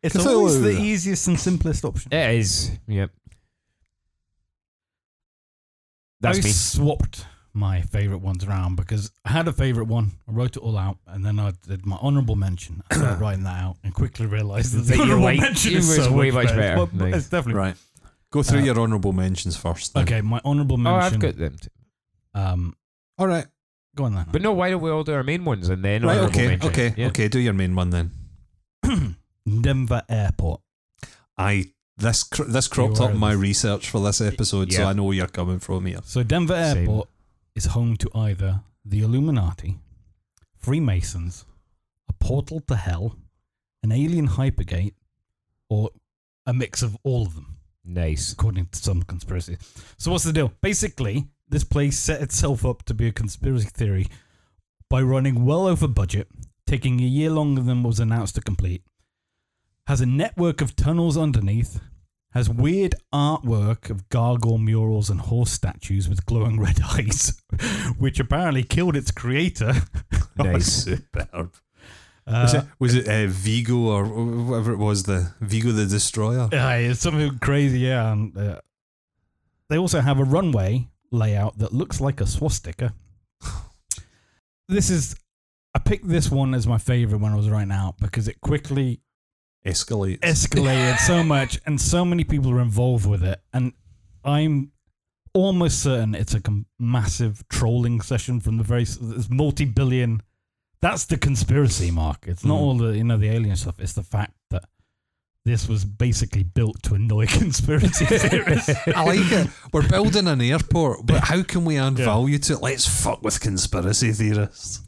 It's
Cthulhu.
always the easiest and simplest option.
It is. Yep. That's
I
me.
swapped my favourite ones around because I had a favourite one. I wrote it all out, and then I did my honourable mention. I started writing that out, and quickly realised that,
That
the
you
honourable
like-
mention
you
is
was
so
way
much
much better.
But- but
Nice.
It's definitely
Right. Go through
Uh,
your honourable mentions first. Then.
okay. My honourable
Oh,
mention.
I've got them. too.
Um,
All right.
go on then.
But no, why don't we all do our main ones and then
Right.
honourable
Okay.
mentions?
Okay.
Yeah.
Okay. Do your main one then.
Denver Airport.
I this cr- this cropped
You
up
are-
in my research for this episode, so
Yeah.
I know where you're coming from here.
So Denver
Same.
Airport is home to either the Illuminati, Freemasons, a portal to hell, an alien hypergate, or a mix of all of them.
[LAUGHS] Nice.
according to some conspiracy. So what's the deal? Basically, this place set itself up to be a conspiracy theory by running well over budget, taking a year longer than was announced to complete. Has a network of tunnels underneath, has weird artwork of gargoyle murals and horse statues with glowing [LAUGHS] red eyes, which apparently killed its creator.
Nice.
[LAUGHS] Superb. was it, was it uh, Vigo or wh- whatever it was? The Vigo the Destroyer.
Uh, it's something crazy, yeah. And, uh, they also have a runway layout that looks like a swastika. this is, I picked this one as my favorite when I was writing out because it quickly
Escalates.
escalated so much and so many people are involved with it. And I'm almost certain it's a com- massive trolling session from the very, s- it's multi billion. That's the conspiracy, Mark. It's not
Mhm.
all the, you know, the alien stuff. It's the fact that this was basically built to annoy [LAUGHS] conspiracy theorists.
I like it. We're building an airport, but how can we add
Yeah.
value to it? Let's fuck with conspiracy theorists.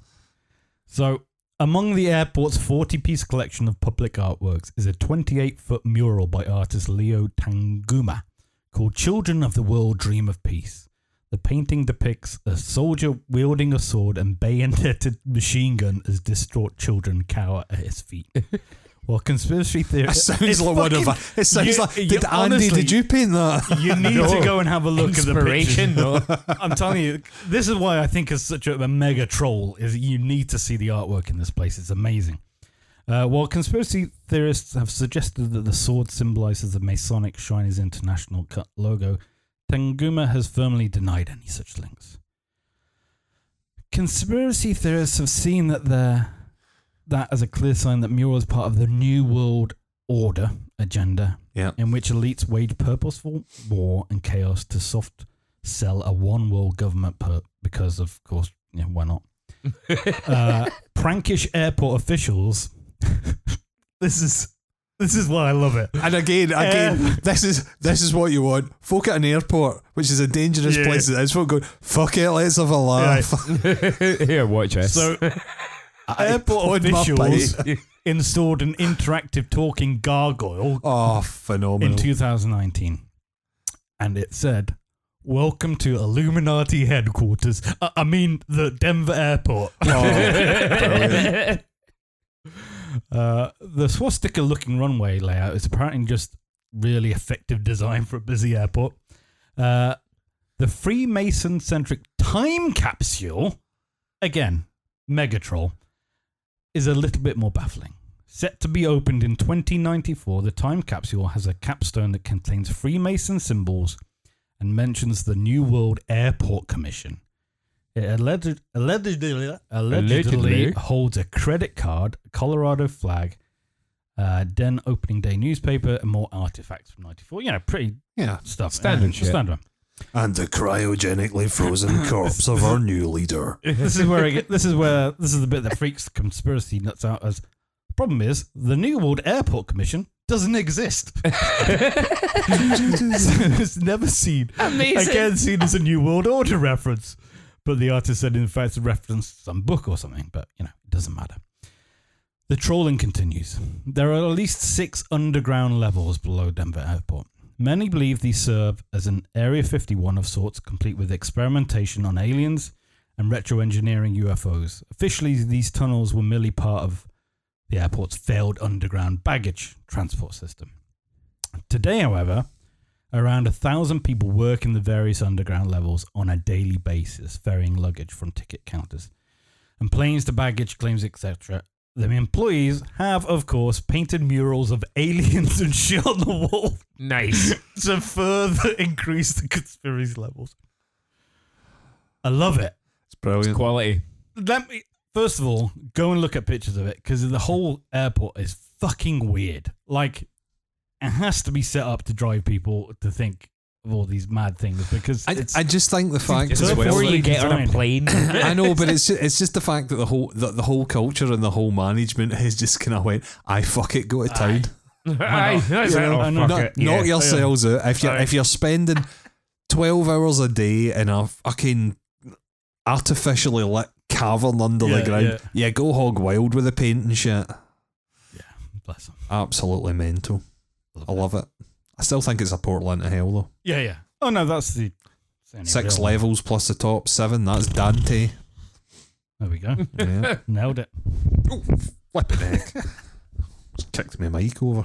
So, among the airport's 40 piece collection of public artworks is a 28 foot mural by artist Leo Tanguma called Children of the World Dream of Peace. The painting depicts a soldier wielding a sword and bayoneted [LAUGHS] machine gun as distraught children cower at his
[LAUGHS]
feet. While conspiracy
[LAUGHS] It
theorists.
sounds like one of our- It sounds
you-
like.
you-
Did Andy?
honestly-
did you paint
[LAUGHS]
that?
You need to go and have a look at the picture.
Inspiration, though.
[LAUGHS] I'm telling you, this is why I think it's such a, a mega troll. Is you need to see the artwork in this place. It's amazing. Uh, while conspiracy theorists have suggested that the sword symbolizes the Masonic Shriners International co- logo, Tanguma has firmly denied any such links. Conspiracy theorists have seen that the that as a clear sign that mural is part of the New World Order agenda,
Yeah.
in which elites wage purposeful war and chaos to soft sell a one world government per- because, of course, you know, why
[LAUGHS]
not? uh, prankish airport officials. [LAUGHS] this is this is why I love it.
[LAUGHS] And [LAUGHS] again, again,
Uh,
this is this is what you want. Folk at an airport, which is a dangerous
Yeah.
place. It's folk going, fuck it, let's have a laugh.
[LAUGHS]
[LAUGHS]
Here, watch this. [LAUGHS]
So,
pawed
airport
my
officials [LAUGHS] installed an interactive talking gargoyle
Oh,
in
phenomenal! [LAUGHS]
2019, and it said. Welcome to Illuminati headquarters. I- I mean, the Denver airport. [LAUGHS]
Oh, [LAUGHS]
Uh, the swastika looking runway layout is apparently just really effective design for a busy airport. Uh, the Freemason centric time capsule, again, Megatrol, is a little bit more baffling. Set to be opened in 2094, the time capsule has a capstone that contains Freemason symbols and mentions the New World Airport Commission. It alleged, allegedly, allegedly
Allegedly.
holds a credit card, a Colorado flag, uh, Den opening day newspaper, and more artifacts from 94. You know, pretty
Yeah,
stuff.
Standard shit.
Standard.
and the cryogenically frozen corpse of our new leader.
this is where I get, this is where this is the bit that freaks conspiracy nuts out as problem is the New World Airport Commission doesn't exist. [LAUGHS] it's never seen.
Amazing.
Again seen as a New World Order reference. But the artist said in fact it's a reference to some book or something, but you know, it doesn't matter. The trolling continues. There are at least six underground levels below Denver Airport. Many believe these serve as an Area 51 of sorts, complete with experimentation on aliens and retro engineering UFOs. Officially, these tunnels were merely part of the airport's failed underground baggage transport system. Today, however, around a thousand people work in the various underground levels on a daily basis, ferrying luggage from ticket counters and planes to baggage claims, etc. The employees have, of course, painted murals of [LAUGHS] aliens and shit on the wall
nice.
to further [LAUGHS] increase the conspiracy levels. I love it.
It's brilliant.
Quality.
Let me first of all go and look at pictures of it because the whole airport is fucking weird. Like, it has to be set up to drive people to think of all these mad things because
I,
it's
I just think the fact
It's
as well.
Before you get on a
designed.
[LAUGHS] plane.
I know, but it's just, it's just the fact that the whole the, the whole culture and the whole management has just kind of went, I fuck it, go to town.
Aye, that's it.
I
Oh,
know.
fuck
Knock,
it. Yeah.
knock yourselves out. If you're
Aye.
if you're spending twelve hours a day in a fucking artificially lit cavern under
Yeah,
the ground,
yeah.
yeah. go hog wild with the paint and shit.
bless 'em.
Absolutely mental. I love it. I still think it's a portal into hell though.
Yeah, yeah. Oh no, that's the
Six
real-
levels plus the top seven. That's Dante.
There we
[LAUGHS]
go.
Yeah.
Nailed it.
Flipping heck. Just Kicked me mic over.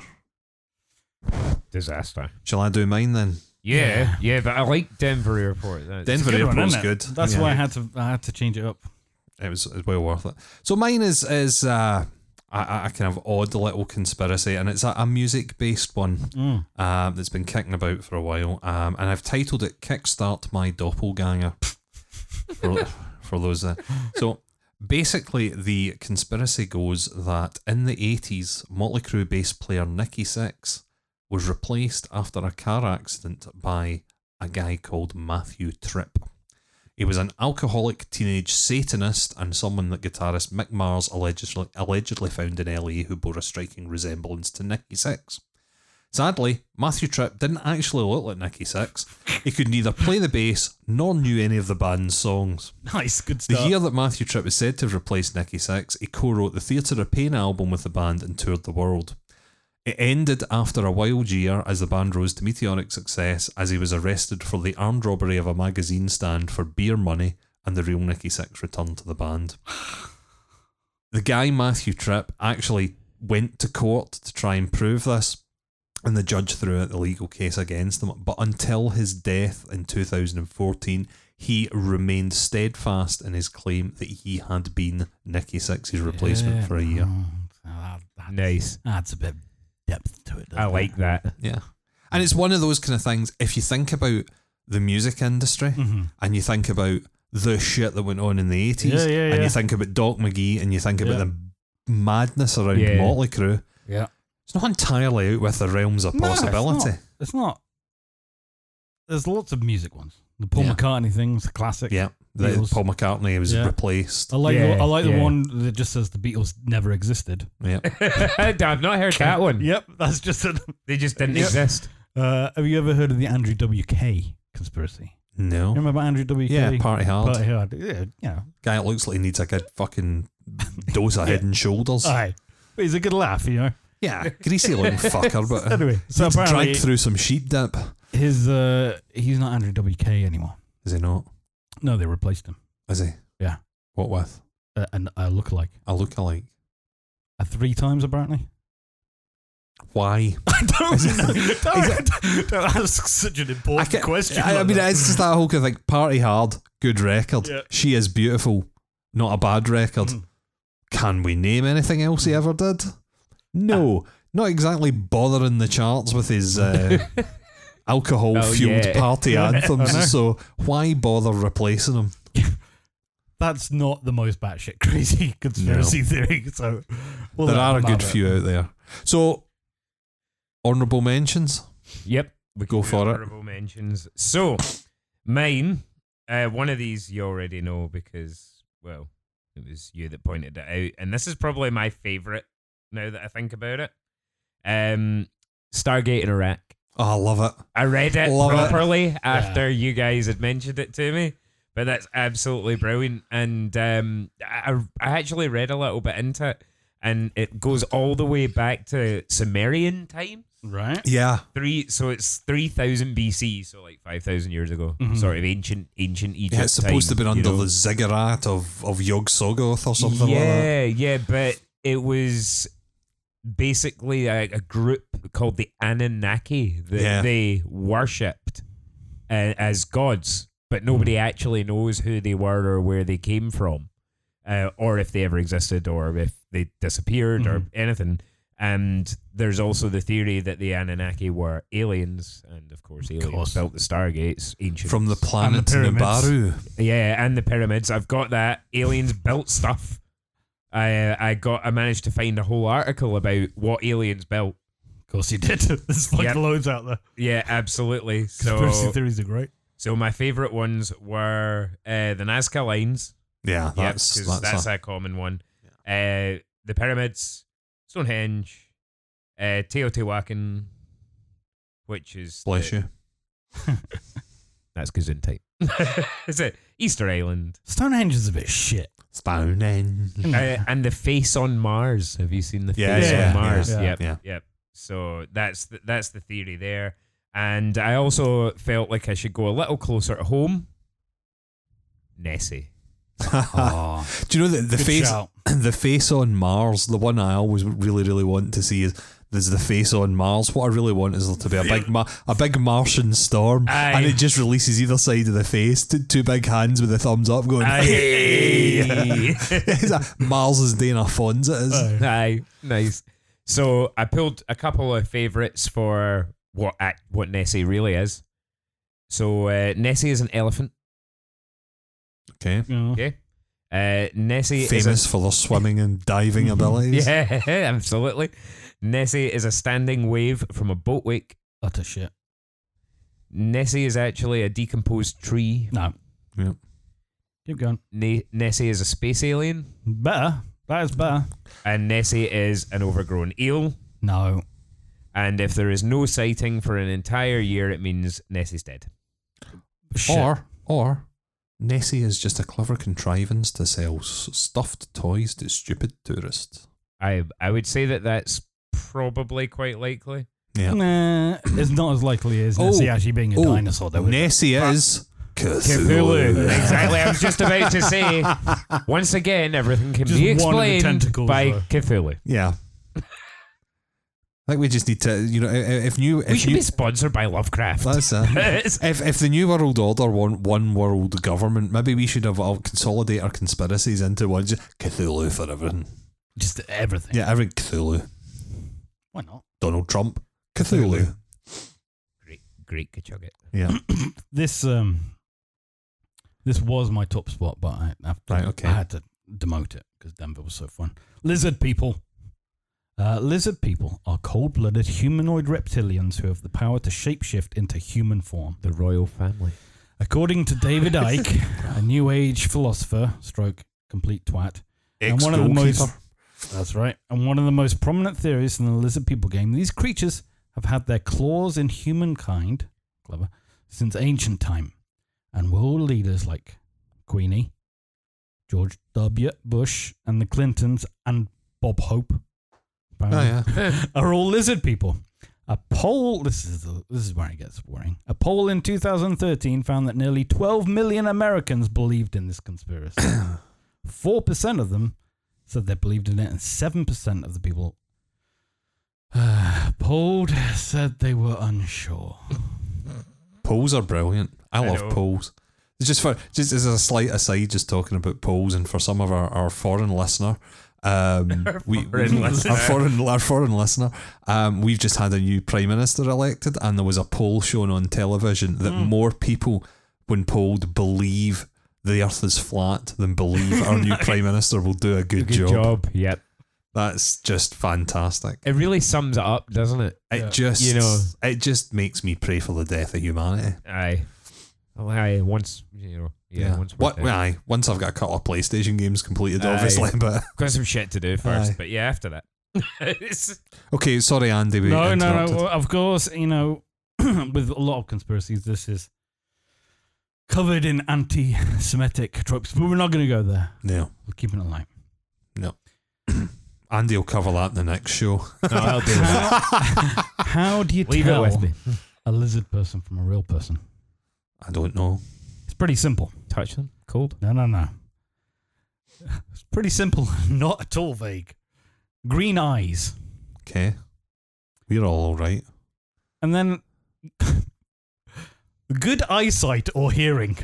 disaster.
Shall I do mine then?
Yeah, yeah, but I like Denver Airport. That's,
Denver
Good one,
Airport's
isn't it?
good.
That's
Yeah.
why I had to I had to change it up. [LAUGHS]
it was, it was well worth it. So mine is is uh, a, a a kind of odd little conspiracy, and it's a, a music based one
Mm.
um, that's been kicking about for a while, um, and I've titled it "Kickstart My Doppelganger." for, for those that so. Basically, the conspiracy goes that in the 80s, Motley Crue bass player Nicky Six was replaced after a car accident by a guy called Matthew Tripp. He was an alcoholic teenage Satanist and someone that guitarist Mick Mars allegedly, allegedly found in LA who bore a striking resemblance to Nicky Six. Sadly, Matthew Tripp didn't actually look like Nicky Six. He could neither play the bass nor knew any of the band's songs.
Nice, good
The
stuff.
year that Matthew Tripp is said to have replaced Nicky Six, he co wrote the Theatre of Pain album with the band and toured the world. It ended after a wild year as the band rose to meteoric success as he was arrested for the armed robbery of a magazine stand for beer money and the real Nicky Six returned to the band. The guy Matthew Tripp actually went to court to try and prove this, and the judge threw out the legal case against him. But until his death in 2014, he remained steadfast in his claim that he had been Nicky Six's replacement for a year.
Uh-huh.
nice.
That's a bit depth to it.
Oh,
I like that. [LAUGHS]
Yeah. And it's one of those kind of things, if you think about the music industry
Mm-hmm.
and you think about the shit that went on in the 80s,
Yeah, yeah,
and
yeah.
you think about Doc McGee and you think about
Yeah.
the madness around
Yeah.
Motley Crue,
Yeah.
it's not entirely out with the realms of possibility.
It's not. It's not. There's lots of music ones. The Paul
Yeah.
McCartney thing's a classic.
yeah. The
Beatles.
Paul McCartney was
Yeah.
replaced.
I like
Yeah,
the, I like
yeah.
the one that just says the Beatles never existed. [LAUGHS]
Yeah.
I've not heard that one.
Yep, that's just a.
They just didn't
Yep.
exist.
Uh, have you ever heard of the Andrew WK conspiracy? You
No.
remember Andrew WK?
Oh. Yeah, party hard.
Party hard. Yeah, you know.
Guy that looks like he needs like a fucking dose
[LAUGHS]
of head and shoulders.
Aye. But he's a good laugh, you know.
yeah, [LAUGHS]
[LAUGHS]
greasy little fucker, but
Anyway, so
he's
apparently
dragged through some sheep dip.
his uh, he's not Andrew WK anymore.
Is he not?
No, they replaced him.
Is he?
Yeah.
What with?
Uh, and I look like
A lookalike.
uh, three times
[LAUGHS]
apparently.
Why?
I don't [LAUGHS] know.
Don't-
ask such an important
ca- I, I mean, it's just that whole kind of like party hard, good record.
Yeah.
She is beautiful, not a bad record.
Mm.
Can we name anything else he ever did? No,
Ah.
not exactly bothering the charts with his
[LAUGHS]
uh, alcohol fueled
Oh, yeah. [LAUGHS] Uh-huh.
party
I know.
anthems. So why bother replacing him?
that's not the most batshit crazy [LAUGHS] conspiracy theory. So well,
there
that-
are a
I'm
good
out of it.
few out there. So honourable mentions.
Yep. We
Go
can do
for it.
Honorable mentions. So, mine, uh, one of these you already know because, well, it was you that pointed it out. And this is probably my favorite now that I think about it. Um, Stargate in Iraq.
Oh, I love it.
I read it
Love it.
properly after you guys had mentioned it to me, but that's absolutely brilliant. And um, I, I actually read a little bit into it, and it goes all the way back to Sumerian time
right?
Yeah,
three so it's 3000 BC so like 5000 years ago sort of ancient ancient Egypt
Mm-hmm. yeah. It's supposed
time,
to have been
you
under
know?
the ziggurat of of Yog Soggoth or something
yeah,
like that.
yeah but it was basically a, a group called the Anunnaki that
Yeah.
they worshipped uh, as gods but
Hmm.
nobody actually knows who they were or where they came from uh, or if they ever existed or if they disappeared or
Mm-hmm.
anything and there's also the theory that the Anunnaki were aliens, and of course, aliens
course.
built the Stargates, ancient
from the planet
pyramids.
Nibiru.
yeah, and the pyramids. I've got that. Aliens built stuff. I I got I managed to find a whole article about what aliens built.
Of course, you did. [LAUGHS] There's fucking
Yep.
loads out there.
Yeah,
[LAUGHS]
absolutely.
Conspiracy
So
theories are great.
so my favorite ones were uh, the Nazca lines.
Yeah,
Yep,
that's
'cause
that's,
that's
a,
a common one. Uh, the pyramids, Stonehenge, uh, Teotihuacan, which is
bless you.
That's Gesundheit. [LAUGHS] is it Easter Island?
Stonehenge is a bit
[LAUGHS]
shit.
Stonehenge.
uh, and the face on Mars. Have you seen the
Yeah,
face
yeah,
on Mars?
yeah,
yep,
yeah.
yep. So that's the, that's the theory there. And I also felt like I should go a little closer to home. Nessie.
Oh,
Do you know that the
Good
face [CLEARS THROAT]
shout.
the face on Mars? The one I always really really want to see is there's the face on Mars. What I really want is there to be a big ma- a big Martian storm,
Aye.
and it just releases either side of the face, t- two big hands with the thumbs up going.
[LAUGHS] Aye.
[LAUGHS] It's a- Mars is Dana Fonz. It is.
Aye, nice. So I pulled a couple of favourites for what act, what Nessie really is. So uh, Nessie is an elephant.
Okay.
Yeah.
Okay. Uh, Nessie is
Famous for their swimming and diving
a, [LAUGHS]
abilities.
yeah, absolutely. Nessie is a standing wave from a boat wake.
Utter shit.
Nessie is actually a decomposed tree.
No.
Yeah.
Keep going.
Ne- Nessie is a space alien,
Better. That is better.
and Nessie is an overgrown eel.
No.
And if there is no sighting for an entire year, it means Nessie's dead.
Shit.
Or or Nessie is just a clever contrivance to sell s- stuffed toys to stupid tourists.
I I would say that that's probably quite likely.
Yeah.
Nah, it's not as likely as
Oh.
Nessie actually being a
Oh.
dinosaur, though. is it?
Nessie is
exactly. I was just about
[LAUGHS]
to say. Once again, everything can
Just one
be
of the
explained
tentacles,
by
though.
Cthulhu.
Yeah. I think we just need to, you know, i- i- if new,
We
if
should
new,
be sponsored by Lovecraft.
[LAUGHS]
that's it.
It's-
If, if the new world order want one world government, maybe we should have all consolidate our conspiracies into one just Cthulhu for everything.
Just everything.
Yeah, every Cthulhu,
Why not?
Donald Trump, Cthulhu.
great, [LAUGHS] great Kachugget.
Yeah,
This um, this was my top spot, but I, I,
Right, okay.
I had to demote it because Denver was so fun. Lizard people. Uh, lizard people are cold-blooded humanoid reptilians who have the power to shapeshift into human form.
The royal family.
According to
[LAUGHS]
David Icke, a New Age philosopher, stroke complete twat, and one of the most
Ex-goalkeeper.
that's right, and one of the most prominent theories in the lizard people game. These creatures have had their claws in humankind, clever, since ancient time, and world leaders like Queenie, George W. Bush, and the Clintons, and Bob Hope,
Oh,
apparently,
yeah.
are all lizard people. A poll. This is the, this is where it gets boring. A poll in 2013 found that nearly 12 million Americans believed in this [COUGHS] conspiracy. Four percent of them said they believed in it, and seven percent of the people [SIGHS] uh, polled said they were unsure.
Polls are brilliant. I,
I
love
know.
polls. It's Just for just as a slight aside, just talking about polls, and for some of our, our foreign listener,
[LAUGHS]
um, we,
foreign
we-
listener.
our foreign our foreign listener, um, we've just had a new prime minister elected, and there was a poll shown on television
Hmm.
that more people, when polled, believe the Earth is flat than believe
[LAUGHS]
our new prime minister will do a good,
Good
job.
job. Yep.
That's just fantastic.
It really sums it up, doesn't it?
It
Yeah.
just
You know-
it just makes me pray for the death of humanity.
Aye. Well, aye. Once you know. Yeah. Once. we're
what?
dead.
Well, aye, once I've got a couple of PlayStation games completed,
Aye.
obviously. [LAUGHS] But
Got some shit to do first,
Aye.
but yeah,
[LAUGHS]
after that. It's-
okay, sorry, Andy. We
no, no, no.
interrupted.
Well, Of course, you know, [COUGHS] with a lot of conspiracies, this is covered in anti-Semitic tropes, but we're not going to go there.
no.
We're keeping it light.
Andy will cover that in the next show.
[LAUGHS] no, I'll do that.
How [LAUGHS] do you
[LAUGHS] Leave it
tell
with me.
a lizard person from a real person?
I don't know.
It's pretty simple.
Touch them. Cold.
No, no, no. It's pretty simple. [LAUGHS] Not at all vague. Green eyes.
Okay, we're all all right.
And then [LAUGHS] good eyesight or hearing.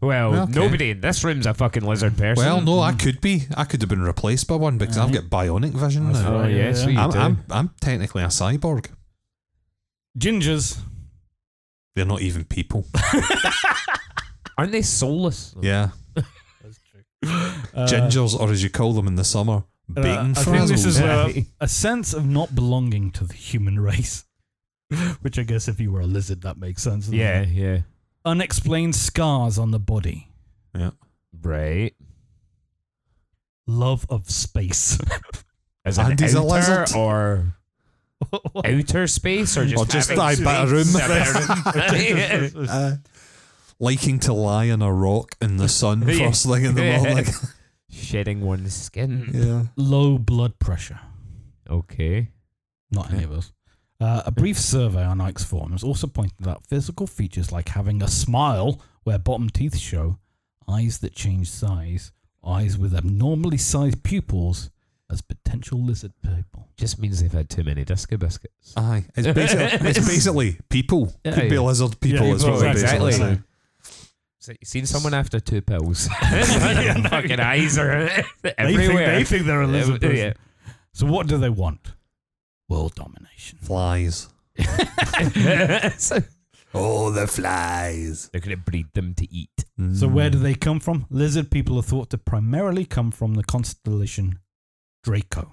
Well,
Okay.
nobody in this room's a fucking lizard person.
Well, no, I could be. I could have been replaced by one because I've
mm. Aye.
got bionic vision
That's
now.
Oh,
right,
yeah,
yeah.
so you
I'm,
do.
I'm, I'm technically a cyborg.
Gingers.
They're not
[LAUGHS]
even people.
Aren't they soulless?
Yeah,
[LAUGHS] Uh,
gingers, or as you call them in the summer, bacon
I think this is
frizzles.
a, a sense of not belonging to the human [LAUGHS] race. Which I guess if you were a lizard, that makes sense. doesn't
Yeah,
it?
yeah.
Unexplained scars on the body.
Right.
Love of space. [LAUGHS]
As an
Andy's a
outer
lizard.
or outer space or just
Or just
having
a better room.
space? [LAUGHS]
Uh, liking to lie on a rock in the sun
Yeah.
first thing in the
Yeah.
morning.
Shedding one's skin.
yeah.
Low blood pressure.
Okay.
Not any of us. Uh, a brief survey on Ike's forums also pointed out physical features like having a smile where bottom teeth show, eyes that change size, eyes with abnormally sized pupils, as potential lizard people.
Just means they've had too many Disco Biscuits.
Aye, it's basically, it's basically people
Yeah,
could be
yeah.
lizard people.
Yeah,
is what
people,
we basically
exactly.
saying.
So you've seen someone after two [LAUGHS] pills. Fucking eyes are
They think,
everywhere.
they think they're a lizard
Yeah,
person. So what do they want? World domination.
Flies.
yeah. [LAUGHS] so
Oh, the flies.
they're going to breed them to eat.
Mm.
So
Hmm.
where do they come from? Lizard people are thought to primarily come from the constellation Draco,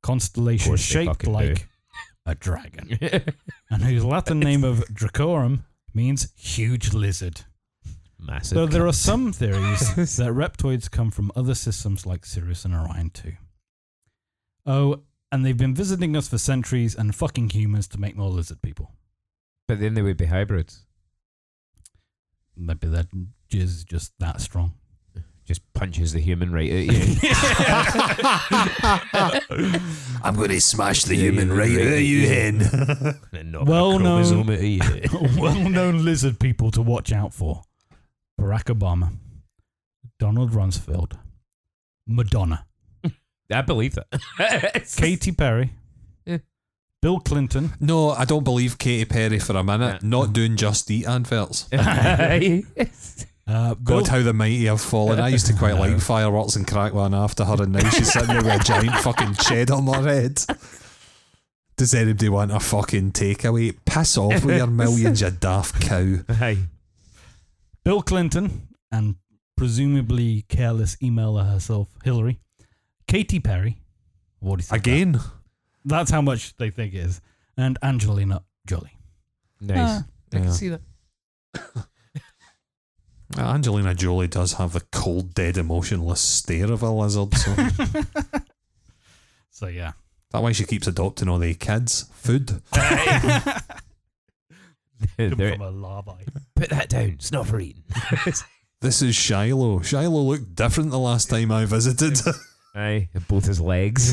constellation
course they
shaped
fucking
like
do.
a dragon, and whose Latin name of Dracorum means huge lizard.
[LAUGHS] Massive.
Though there are some theories [LAUGHS] that reptoids come from other systems like Sirius and Orion too. Oh, and they've been visiting us for centuries and fucking humans to make more lizard people.
but then they would be hybrids.
Maybe that jizz is just that strong. [LAUGHS]
Just punches the human right at you. [LAUGHS]
I'm going to smash the
human right out of you,
hen. [LAUGHS]
and knock
Well
a chromosome
known.
at you. [LAUGHS]
well-known lizard people to watch out for: Barack Obama, Donald Rumsfeld, Madonna,
I believe that. [LAUGHS]
Katy Perry,
Yeah.
Bill Clinton.
no, I don't believe Katy Perry for a minute. Not doing Just Eat adverts.
Uh, Bill,
God, how the mighty have fallen. [LAUGHS] I used to quite like fireworks and crack one after her, and now she's sitting there with a [LAUGHS] giant fucking shed on her head. Does anybody want a fucking takeaway? Piss off with your millions, [LAUGHS] you daft cow.
Hey.
Bill Clinton and presumably careless emailer herself, Hillary, Katy Perry. I've already said that.
Again?
That's how much they think it is, and Angelina Jolie.
Nice. Ah.
I can
see [LAUGHS] that.
Uh, Angelina Jolie does have the cold, dead, emotionless stare of a lizard. [LAUGHS] So that's
So yeah,
why she keeps adopting all the kids. Food.
come from a larvae.
Put that down. It's not for [LAUGHS] eating.
This is Shiloh. Shiloh looked different the last time I [LAUGHS] visited.
Aye. Both his [LAUGHS] legs.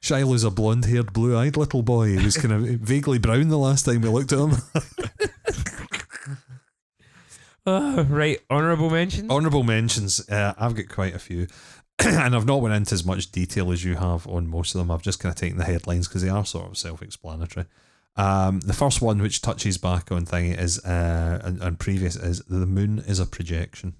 Shiloh's a blonde haired, blue eyed little boy. He was kind of vaguely brown the last time we looked at him.
Oh, [LAUGHS] right. Honourable mention.
Honourable mentions. Uh, I've got quite a few. [CLEARS THROAT] and I've not went into as much detail as you have on most of them. I've just kind of taken the headlines because they are sort of self explanatory. Um, the first one, which touches back on thing is uh, and, and previous, is the moon is a projection.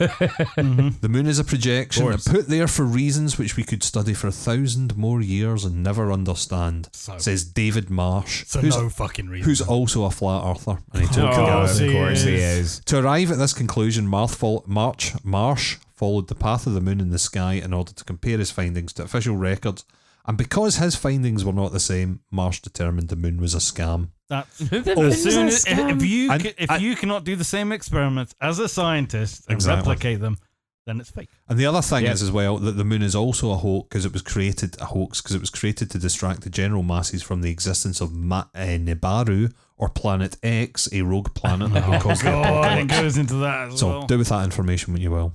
Mhm.
The moon is a projection
course.
put there for reasons which we could study for a thousand more years and never understand,
[LAUGHS] So,
says David Marsh,
Oh. so
who's,
no fucking reason.
who's also a flat earther.
[LAUGHS]
And he told
Oh,
course
of
he
course he
is.
is.
To arrive at this conclusion, Marth fol- March Marsh followed the path of the moon in the sky in order to compare his findings to official records. And because his findings were not the same, Marsh determined the moon was a scam. [LAUGHS]
That's
Oh.
as soon as if you
And
ca- if
I-
you cannot do the same experiments as a scientist and
Exactly.
replicate them, then it's
[LAUGHS]
fake.
And the other thing
Yeah.
is as well that the moon is also a hoax because it was created a hoax because it was created to distract the general masses from the existence of Ma- uh, Nibiru or Planet X, a rogue planet that would cause the
God,
apocalypse.
it goes into that as
Oh, So
well.
do with that information what you will.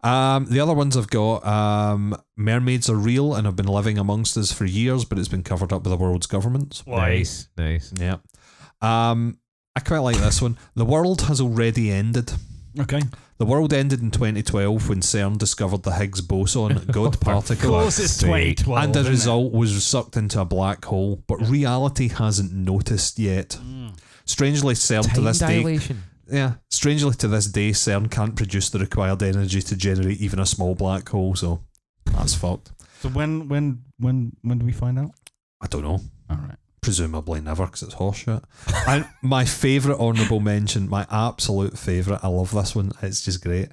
Um, the other ones I've got um, mermaids are real and have been living amongst us for years, but it's been covered up by the world's governments.
Nice. Nice.
Yeah. Um, I quite like this one. The world has already ended.
okay,
The world ended in 2012 when CERN discovered the
[LAUGHS]
Higgs boson, God particle.
of course it's
sake.
twenty twelve.
and the result was sucked into a black hole, but reality hasn't noticed yet.
Mm.
Strangely, CERN to
Time
this day
dilation.
yeah. Strangely, to this day, CERN can't produce the required energy to generate even a small black hole, so that's fucked.
So when when when when do we find out?
I don't know.
All right.
Presumably never, because it's horseshit. [LAUGHS] and my favourite honourable mention, my absolute favourite, I love this one, it's just great.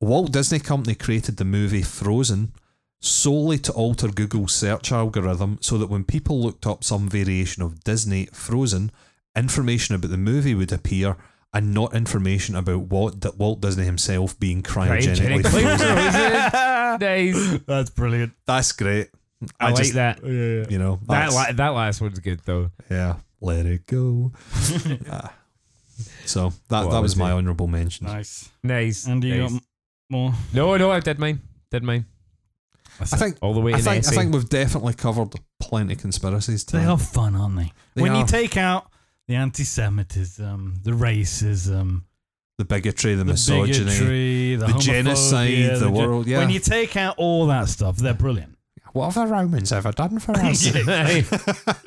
Walt Disney Company created the movie Frozen solely to alter Google's search algorithm so that when people looked up some variation of Disney Frozen, information about the movie would appear and not information about what that Walt Disney himself being cryogenically [LAUGHS]
[LAUGHS] Cryogenically
frozen.
[LAUGHS] Nice.
That's brilliant.
That's great.
I, like
just,
that.
You know,
That,
that's-
la- that last one's good though.
yeah, let it go. Ah. so that,
Well,
that was
was
my
it?
honourable mention.
Nice.
Nice.
And you
nice.
got m- more?
no, no, I did mine. Did mine
I think
all the way
I
in
think, I
essay.
think we've definitely covered plenty of conspiracies
They
today.
are fun, aren't they?
They
when
are.
you take out the anti-Semitism, the racism,
the bigotry, the,
the
misogyny,
bigotry, the,
the genocide,
homophobia,
the
gen-
world- yeah.
When you take out all that stuff, they're brilliant.
what have the Romans ever done for us?
[LAUGHS]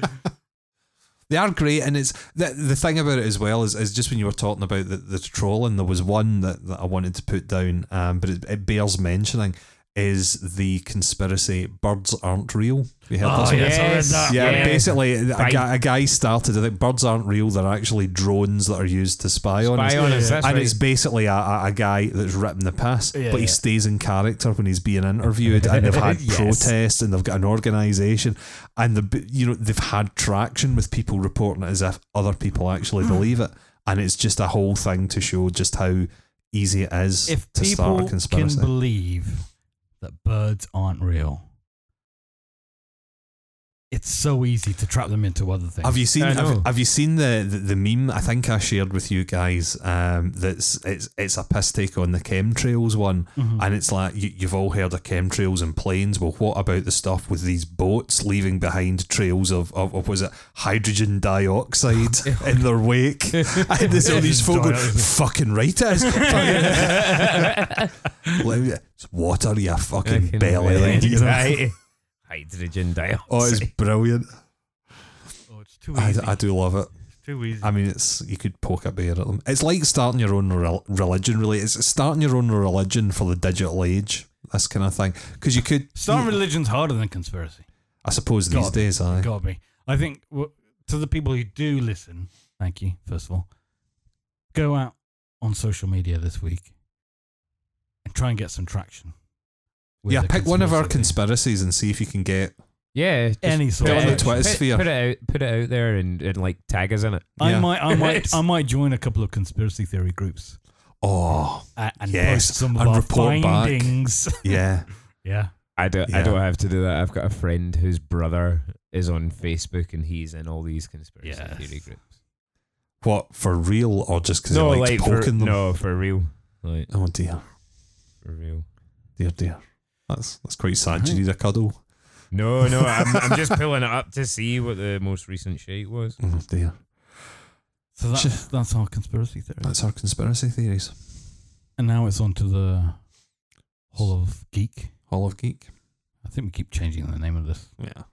they are great, and it's the the thing about it as well is, is just when you were talking about the, the trolling, there was one that, that I wanted to put down, um, but it, it bears mentioning is the conspiracy birds aren't real. You heard this
Ah,
one?
yes.
Yeah,
Yeah.
basically, a
Right.
guy, a guy started. I think birds aren't real; they're actually drones that are used to spy, on us.
Spy on us, that's
and
right.
it's basically a, a, a guy that's ripping the piss,
Yeah,
but he
yeah.
stays in character when he's being interviewed. And they've had
Yes.
protests, and they've got an organisation, and the b- you know they've had traction with people reporting it as if other people actually believe it, and it's just a whole thing to show just how easy it is
If
to start a
people can
conspiracy.
believe that birds aren't real, it's so easy to trap them into other things.
Have you seen?
I know.
Have, have you seen the, the the meme? I think I shared with you guys. Um, that's it's it's a piss take on the chemtrails one,
Mm-hmm.
and it's like you, you've all heard of chemtrails and planes. Well, what about the stuff with these boats leaving behind trails of of, of was it
[LAUGHS]
hydrogen dioxide in their wake? and there's all these folk going, "Fucking right, it is."
[LAUGHS]
Fucking- Like, it's water, you fucking belly. like, you know?
Right. Hydrogen dioxide.
Oh, it's brilliant.
Oh, it's too
I,
easy.
I do love it.
too easy.
I mean, it's you could poke a bear at them. It's like starting your own rel- religion, really. It's starting your own religion for the digital age, this kind of thing. Because you could,
Starting religion's harder than conspiracy.
I suppose, these
God.
days, I
Gotta be. I think w- to the people who do listen, thank you, first of all, go out on social media this week and try and get some traction. with
yeah,
the
pick one of our
conspiracy
conspiracies and see if you can get.
Yeah. just
Any sort
put
of- Put
it
it on the
out-
Twittersphere.
Put it out. Put it out there and, and like tag us in it.
theory.
Yeah.
I might, I might, I might join a couple of conspiracy theory groups
[LAUGHS]
Oh,
uh, and
Yes,
post some of
and
our
report back. [LAUGHS]
findings.
yeah.
yeah,
I don't.
Yeah.
I don't have to do that. I've got a friend whose brother is on Facebook and he's in all these conspiracy
Yes.
theory groups.
what, for real or just because he likes
for,
poking them?
no, for real. Like
Oh, dear,
for real.
dear, dear. That's, that's quite sad. You need a cuddle.
No, no. I'm, I'm just pulling it up to see what the most recent shake was.
Oh, dear.
so that's that's our conspiracy theory.
That's our conspiracy theories.
And now it's on to the Hall of Geek.
Hall of Geek.
I think we keep changing the name of this.
Yeah.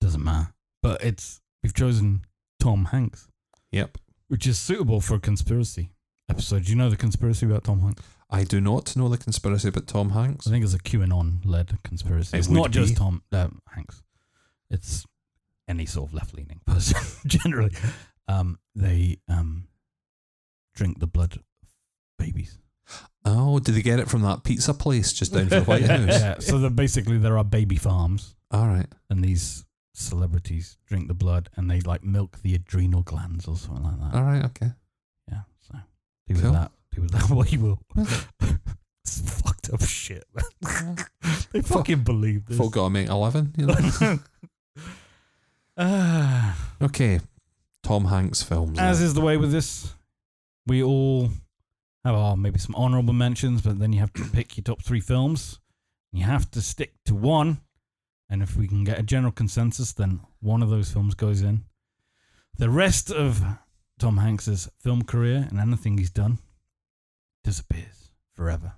Doesn't matter. But it's we've chosen Tom Hanks.
Yep.
which is suitable for a conspiracy episode. Do you know the conspiracy about Tom Hanks?
I do not know the conspiracy about Tom Hanks.
I think it's a QAnon led conspiracy.
It
it's
would
not
be.
just Tom uh, Hanks. It's any sort of left leaning person [LAUGHS] generally. Um, they um, drink the blood of
[LAUGHS]
babies.
Oh, did they get it from that pizza place just down to the White
[LAUGHS]
House?
yeah. So that basically there are baby farms,
All right.
and these celebrities drink the blood, and they like milk the adrenal glands or something like that.
All right. Okay.
Yeah. So do
Cool.
with that. Do with that [LAUGHS] what you will. it's fucked up shit. man. [LAUGHS] they
Fuck-
fucking believe this.
Folk got to make eleven. You know.
[LAUGHS] Ah,
okay. Tom Hanks films.
as
then.
is the way with this, we all have our maybe some honourable mentions, but then you have to pick your top three films. You have to stick to one, and if we can get a general consensus, then one of those films goes in. The rest of Tom Hanks's film career and anything he's done disappears forever.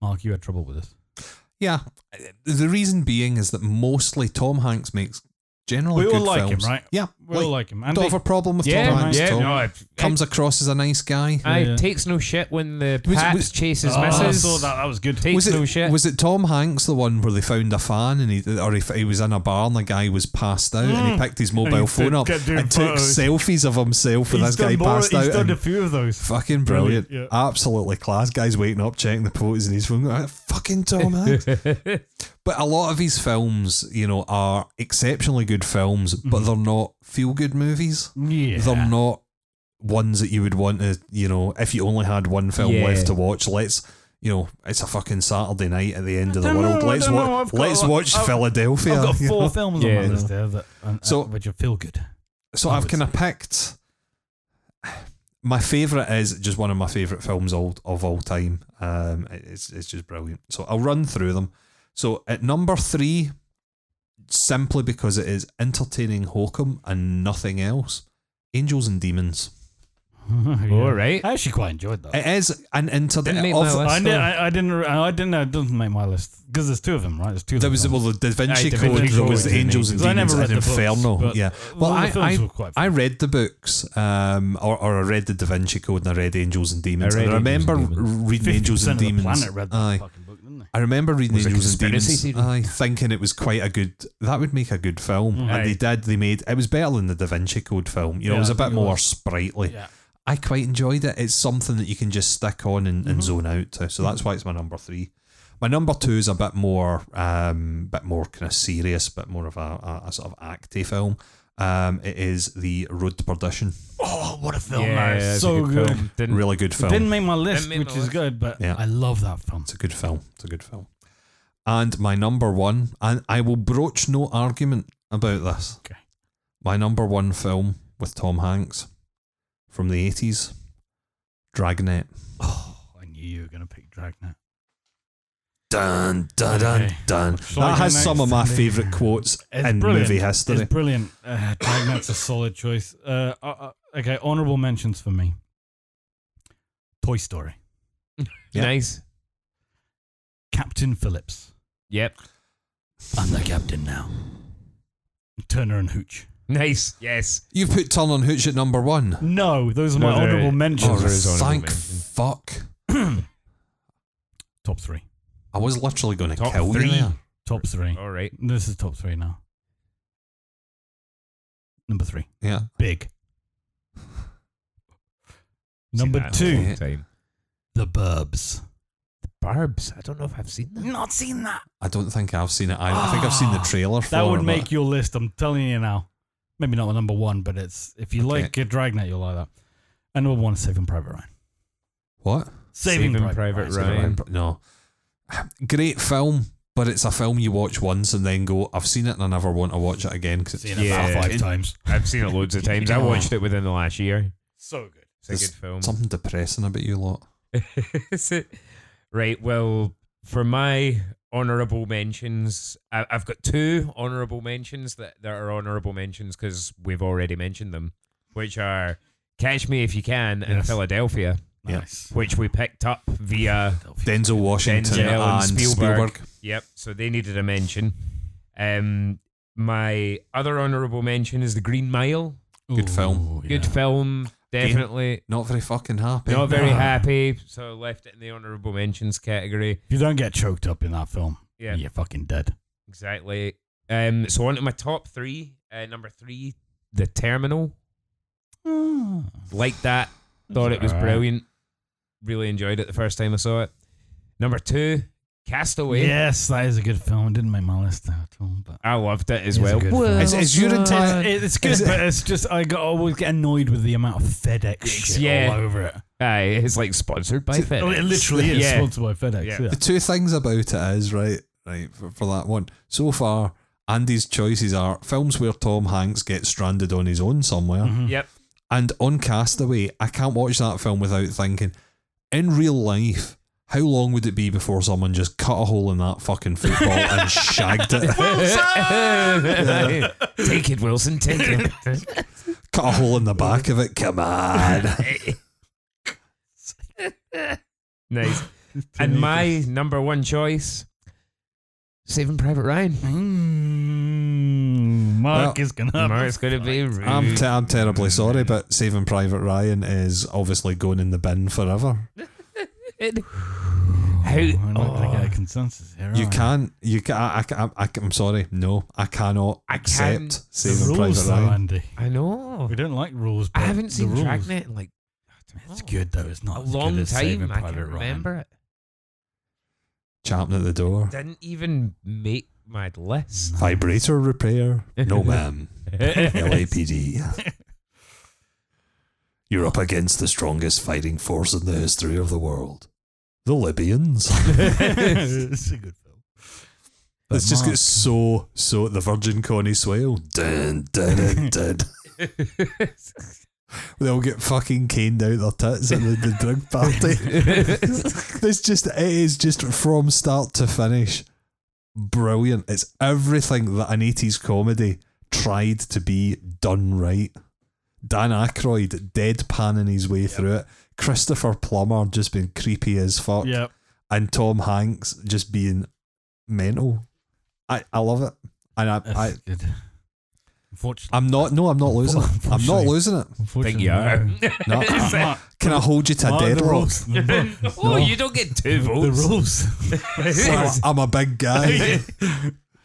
Mark, you had trouble with this.
yeah. The reason being is that mostly Tom Hanks makes generally
We all
good
like him,
films.
right?
Yeah.
We all like him.
don't
Andy,
have a problem with
Yeah,
Tom Hanks.
yeah.
Tom.
No, I,
Comes across as a nice guy.
I,
Yeah.
takes no shit when the
Was it-
Pat
was-
chases
Oh, I
misses.
saw that. That was good.
Takes
was it
no shit.
was it Tom Hanks the one where they found a fan and he or he, he was in a bar and the guy was passed out and he picked his mobile
Mm. And he
phone
took-
up
kept doing
and took
photos.
selfies of himself when this guy passed out. and-
few of those.
Fucking brilliant.
Brilliant,
Absolutely class. Guy's waiting up, checking the photos in his phone. going, "Ah, Fucking
[LAUGHS]
Tom Hanks. but a lot of his films, you know, are exceptionally good films, but they're not feel good movies.
Mm-hmm. Yeah.
They're not ones that you would want to, you know, if you only had one film
Yeah.
left to watch, let's. You know, it's a fucking Saturday night at the end of the
don't
world.
know, I
let's
don't know,
watch.
I've got
Let's
a lot-
watch
I've-
Philadelphia.
I've got
[LAUGHS] you
four
know?
films
Yeah.
on my list there that um,
So-
uh, which are feel
[LAUGHS]
good.
So
I
I've
would
kind of picked. My favorite is just one of my favorite films all, of all time. Um, it's it's just brilliant. So I'll run through them. So at number three, simply because it is entertaining hokum and nothing else, Angels and Demons.
All Oh, right.
I actually quite enjoyed that.
It is an
Didn't
interdependent.
make my list.
I,
so-
did, I, I didn't. I didn't know. It doesn't make my list because there's two of them, right? There's two.
There was
little
well, the Da Vinci
Aye, Da
Code,
Vinci
there was
Code,
the Angels and
because I
Demons,
never
and
read the books,
Inferno.
but
yeah, well,
all the
I
films
I,
were quite
I read the books, um, or, or I read the Da Vinci Code and I read Angels and Demons.
I read
and I
Angels
remember
and
reading Angels and Demons.
The planet read that
Aye.
fucking book, didn't they?
I remember reading
Was it
Angels and
conspiracy
Demons.
theory?
Aye, thinking it was quite a good. That would make a good film, and
Aye.
they did. They made it was better than the Da Vinci Code film. You know,
Yeah,
it was a
I
bit
think it
more
was.
sprightly.
Yeah.
I quite enjoyed it. It's something that you can just stick on and,
Mm-hmm.
and zone out to. So that's why it's my number three. My number two is a bit more, um, bit more kind of serious, bit more of a, a, a sort of acty film. Um, it is the Road to Perdition.
Oh, what a film!
Yeah,
that is
that's a
so good.
film. Didn't-
Really good film.
Didn't make my list,
Didn't make
which
my
is
list.
good, but
Yeah.
I love that film.
It's a good film. It's a good film. And my number one, and I will broach no argument about this.
Okay.
My number one film with Tom Hanks from the eighties, Dragnet.
Oh, I knew you were gonna pick Dragnet.
Dun dun dun
Okay.
dun.
Shall I
that
go
has some of
next?
my favourite quotes
It's
in
brilliant.
movie history.
It's brilliant. Uh, Dragnet's a solid choice. Uh, uh, uh, okay, honorable mentions for me. Toy Story,
Yeah.
Nice.
Captain Phillips.
Yep.
I'm the captain now. Turner and Hooch.
Nice. Yes.
You've put Turn on Hooch at number one.
No, those are my
No, they're-
honorable
Oh,
mentions.
there is honourable
thank
mention.
fuck.
Top three.
I was literally going to
Top
kill
three.
you. there.
Top three.
All right.
This is top three now. Number three.
Yeah.
Big.
Seen
Number
that in a
two.
long time.
The Burbs.
Barbs. I don't know if I've seen that.
Not seen that.
I don't think I've seen it. I, I think I've seen the
Ah,
trailer for
That
it,
would
but-
make your list. I'm telling you now. Maybe not the number one, but it's if you
Okay.
like your Dragnet, you'll like that. And number one, Saving Private Ryan.
what?
Saving,
Saving
Private,
Private
Ryan.
Ryan. Ryan.
No. Great film, but it's a film you watch once and then go, I've seen it and I never want to watch it again because it's
Seen it about
Yeah.
five times.
I've seen it loads of times. I watched it within the last year.
So good.
It's a
It's
good film.
something depressing about you lot.
[LAUGHS] Is it? Right. Well, for my honourable mentions, I, I've got two honourable mentions that, that are honourable mentions because we've already mentioned them, which are Catch Me If You Can and
Yes.
Philadelphia,
Yeah.
Nice.
which we picked up via.
Denzel Washington
Denzel and
and
Spielberg.
Spielberg.
Yep. So they needed a mention. Um, my other honourable mention is The Green Mile.
Good film.
Ooh,
Good
yeah.
film. Definitely.
Not very fucking happy.
Not very
Ah.
happy, so left it in the honourable mentions category.
If you don't get choked up in that film,
Yeah,
you're fucking dead.
exactly. Um, so on to my top three. Uh, number three, The Terminal. Oh, Like that. Thought it was
alright.
brilliant. Really enjoyed it the first time I saw it. Number two, Castaway.
Yes, that is a good film. It didn't make my list at all, but
I loved it
It's
as
a
well.
good film.
Is, is your entire
It- it's good,
Is it-
but it's just I got, always get annoyed with the amount of FedEx shit
Yeah.
all over it.
Aye, it's like sponsored by
Oh,
FedEx.
it literally is
Yeah.
sponsored by FedEx.
Yeah.
Yeah.
The two things about it is right, right for, for that one. So far, Andy's choices are films where Tom Hanks gets stranded on his own somewhere,
Yep.
and on Castaway. I can't watch that film without thinking, in real life, how long would it be before someone just cut a hole in that fucking football and shagged it? [LAUGHS]
[LAUGHS] take it, Wilson. Take
[LAUGHS]
it.
Cut a hole in the back of it. Come on.
[LAUGHS] nice. And my number one choice, Saving Private Ryan.
Mm, Mark
Well,
is gonna.
Mark's going to be rude.
I'm, te- I'm terribly sorry, but Saving Private Ryan is obviously going in the bin forever.
How-
We're not gonna
oh.
get a consensus here.
You
are we?
can't. You can. I, I, I, I'm sorry. No, I cannot
I
accept
can-
The
Saving Private
rules, though,
Ryan.
Andy.
I know.
We don't like rules.
I
but
haven't
the
seen
rules.
Dragnet in like I don't
It's
know,
good though. It's not
A
as good
long
as Saving
time. I
Private
can't
Ryan.
remember [LAUGHS] it.
Chapping at the door.
Didn't even make my
[LAUGHS]
list. [LAUGHS]
Vibrator repair. No, ma'am.
[LAUGHS]
LAPD. You're up against the strongest fighting force in the history of the world. The
[LAUGHS]
Libyans.
[LAUGHS] it's a good film. But
It's just
Mark-
gets so so the Virgin Connie Swale. Dun dun
[LAUGHS]
dun. dun. They all get fucking caned out their tits at the, the
[LAUGHS]
drug party. There's just it is just from start to finish brilliant. It's everything that an 80s comedy tried to be done right. Dan Aykroyd deadpanning his way through it. Christopher Plummer just being creepy as fuck.
Yep.
And Tom Hanks just being mental. I, I love it. And I, I
good. Unfortunately,
I'm not no I'm not losing it. I'm not
Unfortunately.
losing it.
Think
unfortunately
you are.
No.
Mark,
Can I hold you to a
Mark, the
deadlock?
rules. [LAUGHS] The
[LAUGHS] oh,
No.
you don't get two
ru- the
votes. [LAUGHS]
rules.
I'm a- I'm a big guy.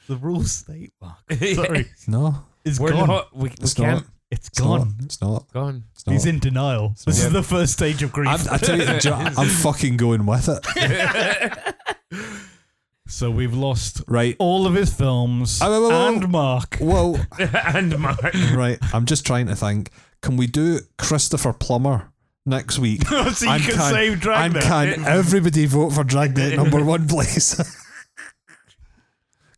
The rules state, Mark.
[LAUGHS]
Sorry.
No,
It's
We're
gone.
not. We, we
it's not.
can't.
It's
It's not.
gone.
It's not.
[LAUGHS]
Gone.
It's not.
He's in denial. This is
not.
the first stage of grief.
I'm, I tell you, do you know, I'm fucking going with it.
so we've lost
Right.
all of his films
Oh, whoa, whoa, whoa.
and Mark.
Well,
and Mark.
right. I'm just trying to think. Can we do Christopher Plummer next
[LAUGHS]
week?
so you
And
can, save Dragnet.
[LAUGHS]
And can everybody vote for Dragnet number one, please? [LAUGHS]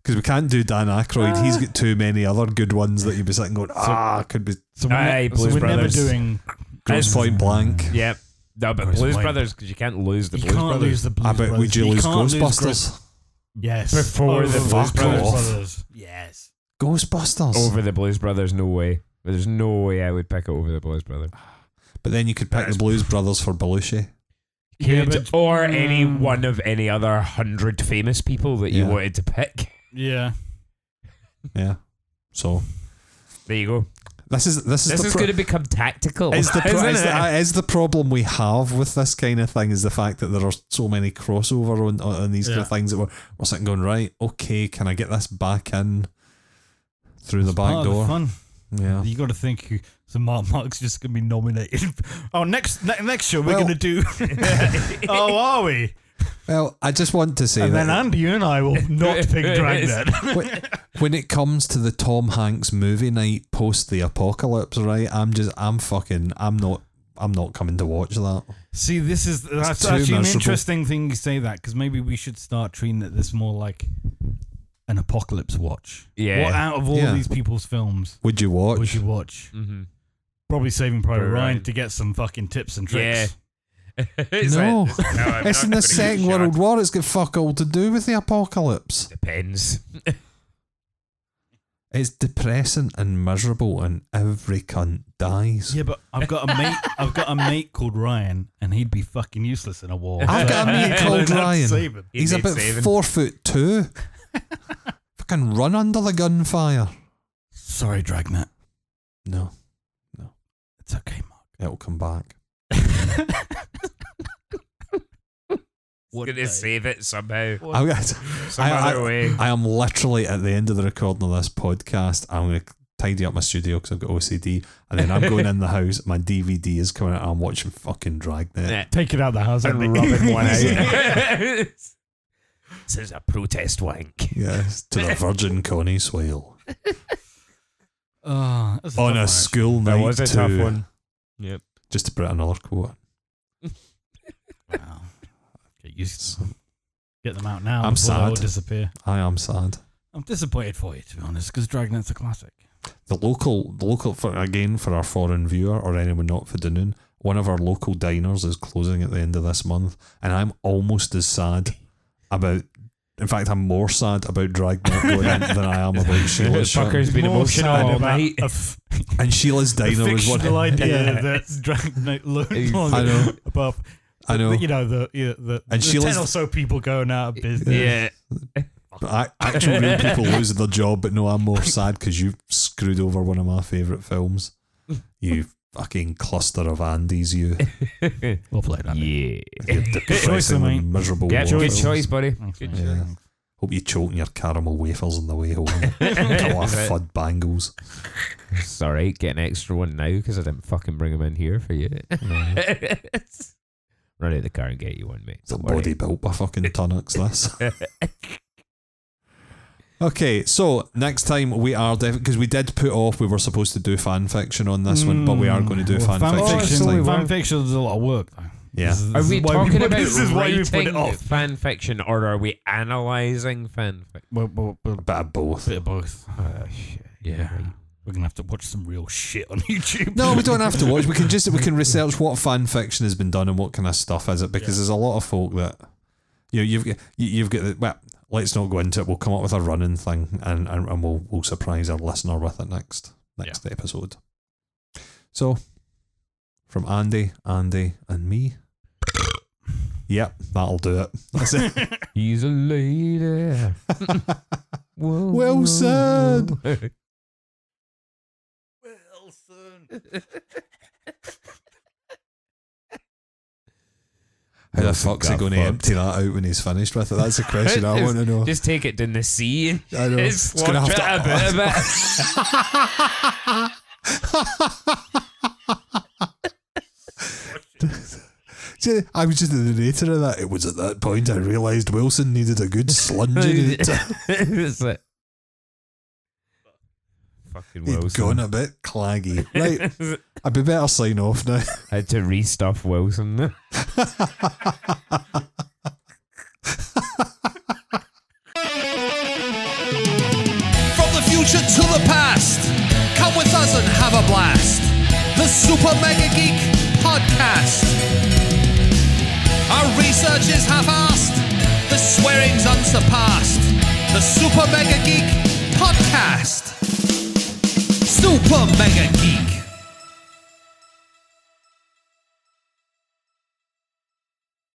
Because we can't do Dan Aykroyd. He's got too many other good ones that you'd be sitting going, ah, could be
so we're,
Aye,
ne- so
Blues
we're never
Brothers.
doing.
Gross Point Blank.
Yep. No, but
Bruce
Blues
Wayne.
Brothers because you can't lose the
You
Blues
can't
Brothers.
lose the Blues
I bet
Brothers.
would you lose
can't
Ghostbusters?
Gro- yes.
Before the
Over
Fuck
Blues
off.
Brothers. Yes.
Ghostbusters.
over the Blues Brothers. No way. There's no way I would pick it over the Blues Brothers.
But then you could pick the Blues Brothers for Belushi.
Yeah,
Could-
but-
or any
Mm.
one of any other hundred famous people that you
Yeah.
wanted to pick.
Yeah.
Yeah. So
There you go.
this is this is
This
the
is
pro-
going to become tactical. [LAUGHS]
is the, pro-
isn't
is,
it?
the, uh, is the problem we have with this kind of thing is the fact that there are so many crossover on, on, on these kind
Yeah.
of things that we're, we're sitting going right okay can I get this back in through the back
Part of the
door
fun.
yeah
You got to think. who- So Mark Mark's just gonna be nominated. [LAUGHS] oh, next ne- next show we're
Well-
gonna
[LAUGHS]
do. [LAUGHS] oh, are we?
well I just want to say
And
that
then Andy and I will not pick
[LAUGHS]
Dragnet.
when, when it comes to the Tom Hanks movie night post the apocalypse right I'm just I'm fucking I'm not I'm not coming to watch that
See, this is that's
too
actually an
miserable.
interesting thing you say that because maybe we should start treating it this more like an apocalypse watch.
Yeah.
What out of all
Yeah.
these people's films
would you watch
would you watch?
Mhm.
Probably Saving Private
Private
Ryan
Ryan.
to get some fucking tips and tricks.
[LAUGHS] It's
No.
like-
[LAUGHS]
no, I'm
it's
not gonna
in the
get
Second
shot.
World War it's got fuck all to do with the apocalypse
Depends.
It's depressing and miserable, and every cunt dies.
Yeah, but I've got a mate. [LAUGHS] I've got a mate called Ryan, and he'd be fucking useless in a war.
I've
[LAUGHS]
got a mate
Yeah,
[LAUGHS]
called
that's
Ryan.
saving.
He
He's
needs
about
saving.
four
[LAUGHS]
foot two. Fucking run under the gunfire.
Sorry, Dragnet.
No,
It's okay, Mark.
it'll come back.
He's
What
gonna
day?
save it somehow,
I'm gonna-
some
I-
other way.
I am literally at the end of the recording of this podcast. I'm going to tidy up my studio because I've got OCD, and then I'm going in the house. My DVD is coming out. I'm watching fucking Dragnet.
Yeah.
Take it out of the house
And
[LAUGHS] Andy.
rubbing one out.
[LAUGHS]
this is a protest wank.
Yes, to the Virgin Connie Swale
Oh, that's
on
tough
a
one,
school night.
That was a tough
too.
one. Yep.
Just to put another quote.
actually. Wow. Get used. To them. Get them out now.
I'm
before They all
sad.
disappear.
I am sad.
I'm disappointed for you, to be honest, because Dragnet's a classic.
the local the local for again for our foreign viewer or anyone not for Dunoon, one of our local diners is closing at the end of this month, and I'm almost as sad about. In fact, I'm more sad about Dragnet
[LAUGHS]
going in than I am about Sheila.
Fucker's been
More
emotional
sad
all
about
night.
A
[LAUGHS]
f-
And Sheila's
the
diner was
fictional
one.
idea that Dragnet
Ex-
looms
I know.
on above.
I know.
You know the yeah, the,
And
the
Sheila's-
ten or so people going out of business.
Yeah.
Ac- Actual real people losing their job, but no, I'm more sad because you screwed over one of my favourite films. You fucking cluster of Andes, you.
Well played, Andy.
Yeah.
[LAUGHS]
You depressingly
mate.
miserable.
Good
war
good
films.
choice, buddy.
Thanks,
[LAUGHS] Good
mate.
choice.
Yeah. Hope you choking your caramel wafers on the way home. Got a
[LAUGHS]
lot of
Right.
fud bangles.
It's all right. Get an extra one now because I didn't fucking bring them in here
[LAUGHS]
for you. Run out of the car and get you one, mate.
It's a
Don't worry.
body built by fucking tonics, this. okay, so next time we are definitely because we did put off we were supposed to do fan fiction on this one, but we are going to do
Well,
fan, fiction.
fiction,
next
so we
time.
were-
fan Mm. fiction Oh, is a lot of work, though.
Yeah.
This is-
Are
this
we
is why
talking
put-
about
this is why we put it
writing
off?
fan fiction or are we analysing fan fiction?
Well, well, well,
A bit of both.
bit of both.
Oh, shit.
Ah, Yeah. We're gonna have to watch some real shit on [LAUGHS] YouTube.
No, we don't have to watch. We can just we can research what fan fiction has been done and what kind of stuff is it because there's a lot of folk that you know, you've got you- you've got the, well, let's not go into it. We'll come up with a running thing and and, and we'll we'll surprise our listener with it next next episode. So, from Andy, Andy, and me. Yep, that'll do it. That's [LAUGHS] it.
He's a lady.
[LAUGHS]
Whoa,
Well
whoa,
said.
whoa. [LAUGHS]
Wilson.
How the
Wilson
fuck's he
got
going to
fucked.
empty that out when he's finished with it? That's the question I [LAUGHS]
Just-
want to know.
Just take it in the sea and
I know.
just
It's gonna
slurp it
have to-
a bit of it.
[LAUGHS] See, I was just the narrator of that. It was at that point I realised Wilson needed a good slunging.
It's like- Fucking
He'd
Wilson.
gone a bit claggy.
[LAUGHS]
Right, I'd be better sign off now.
Had to restuff Wilson. [LAUGHS]
From the future to the past, come with us and have a blast. The Super Mega Geek Podcast. Our research is half-assed, the swearing's unsurpassed. The Super Mega Geek Podcast. Super Mega Geek.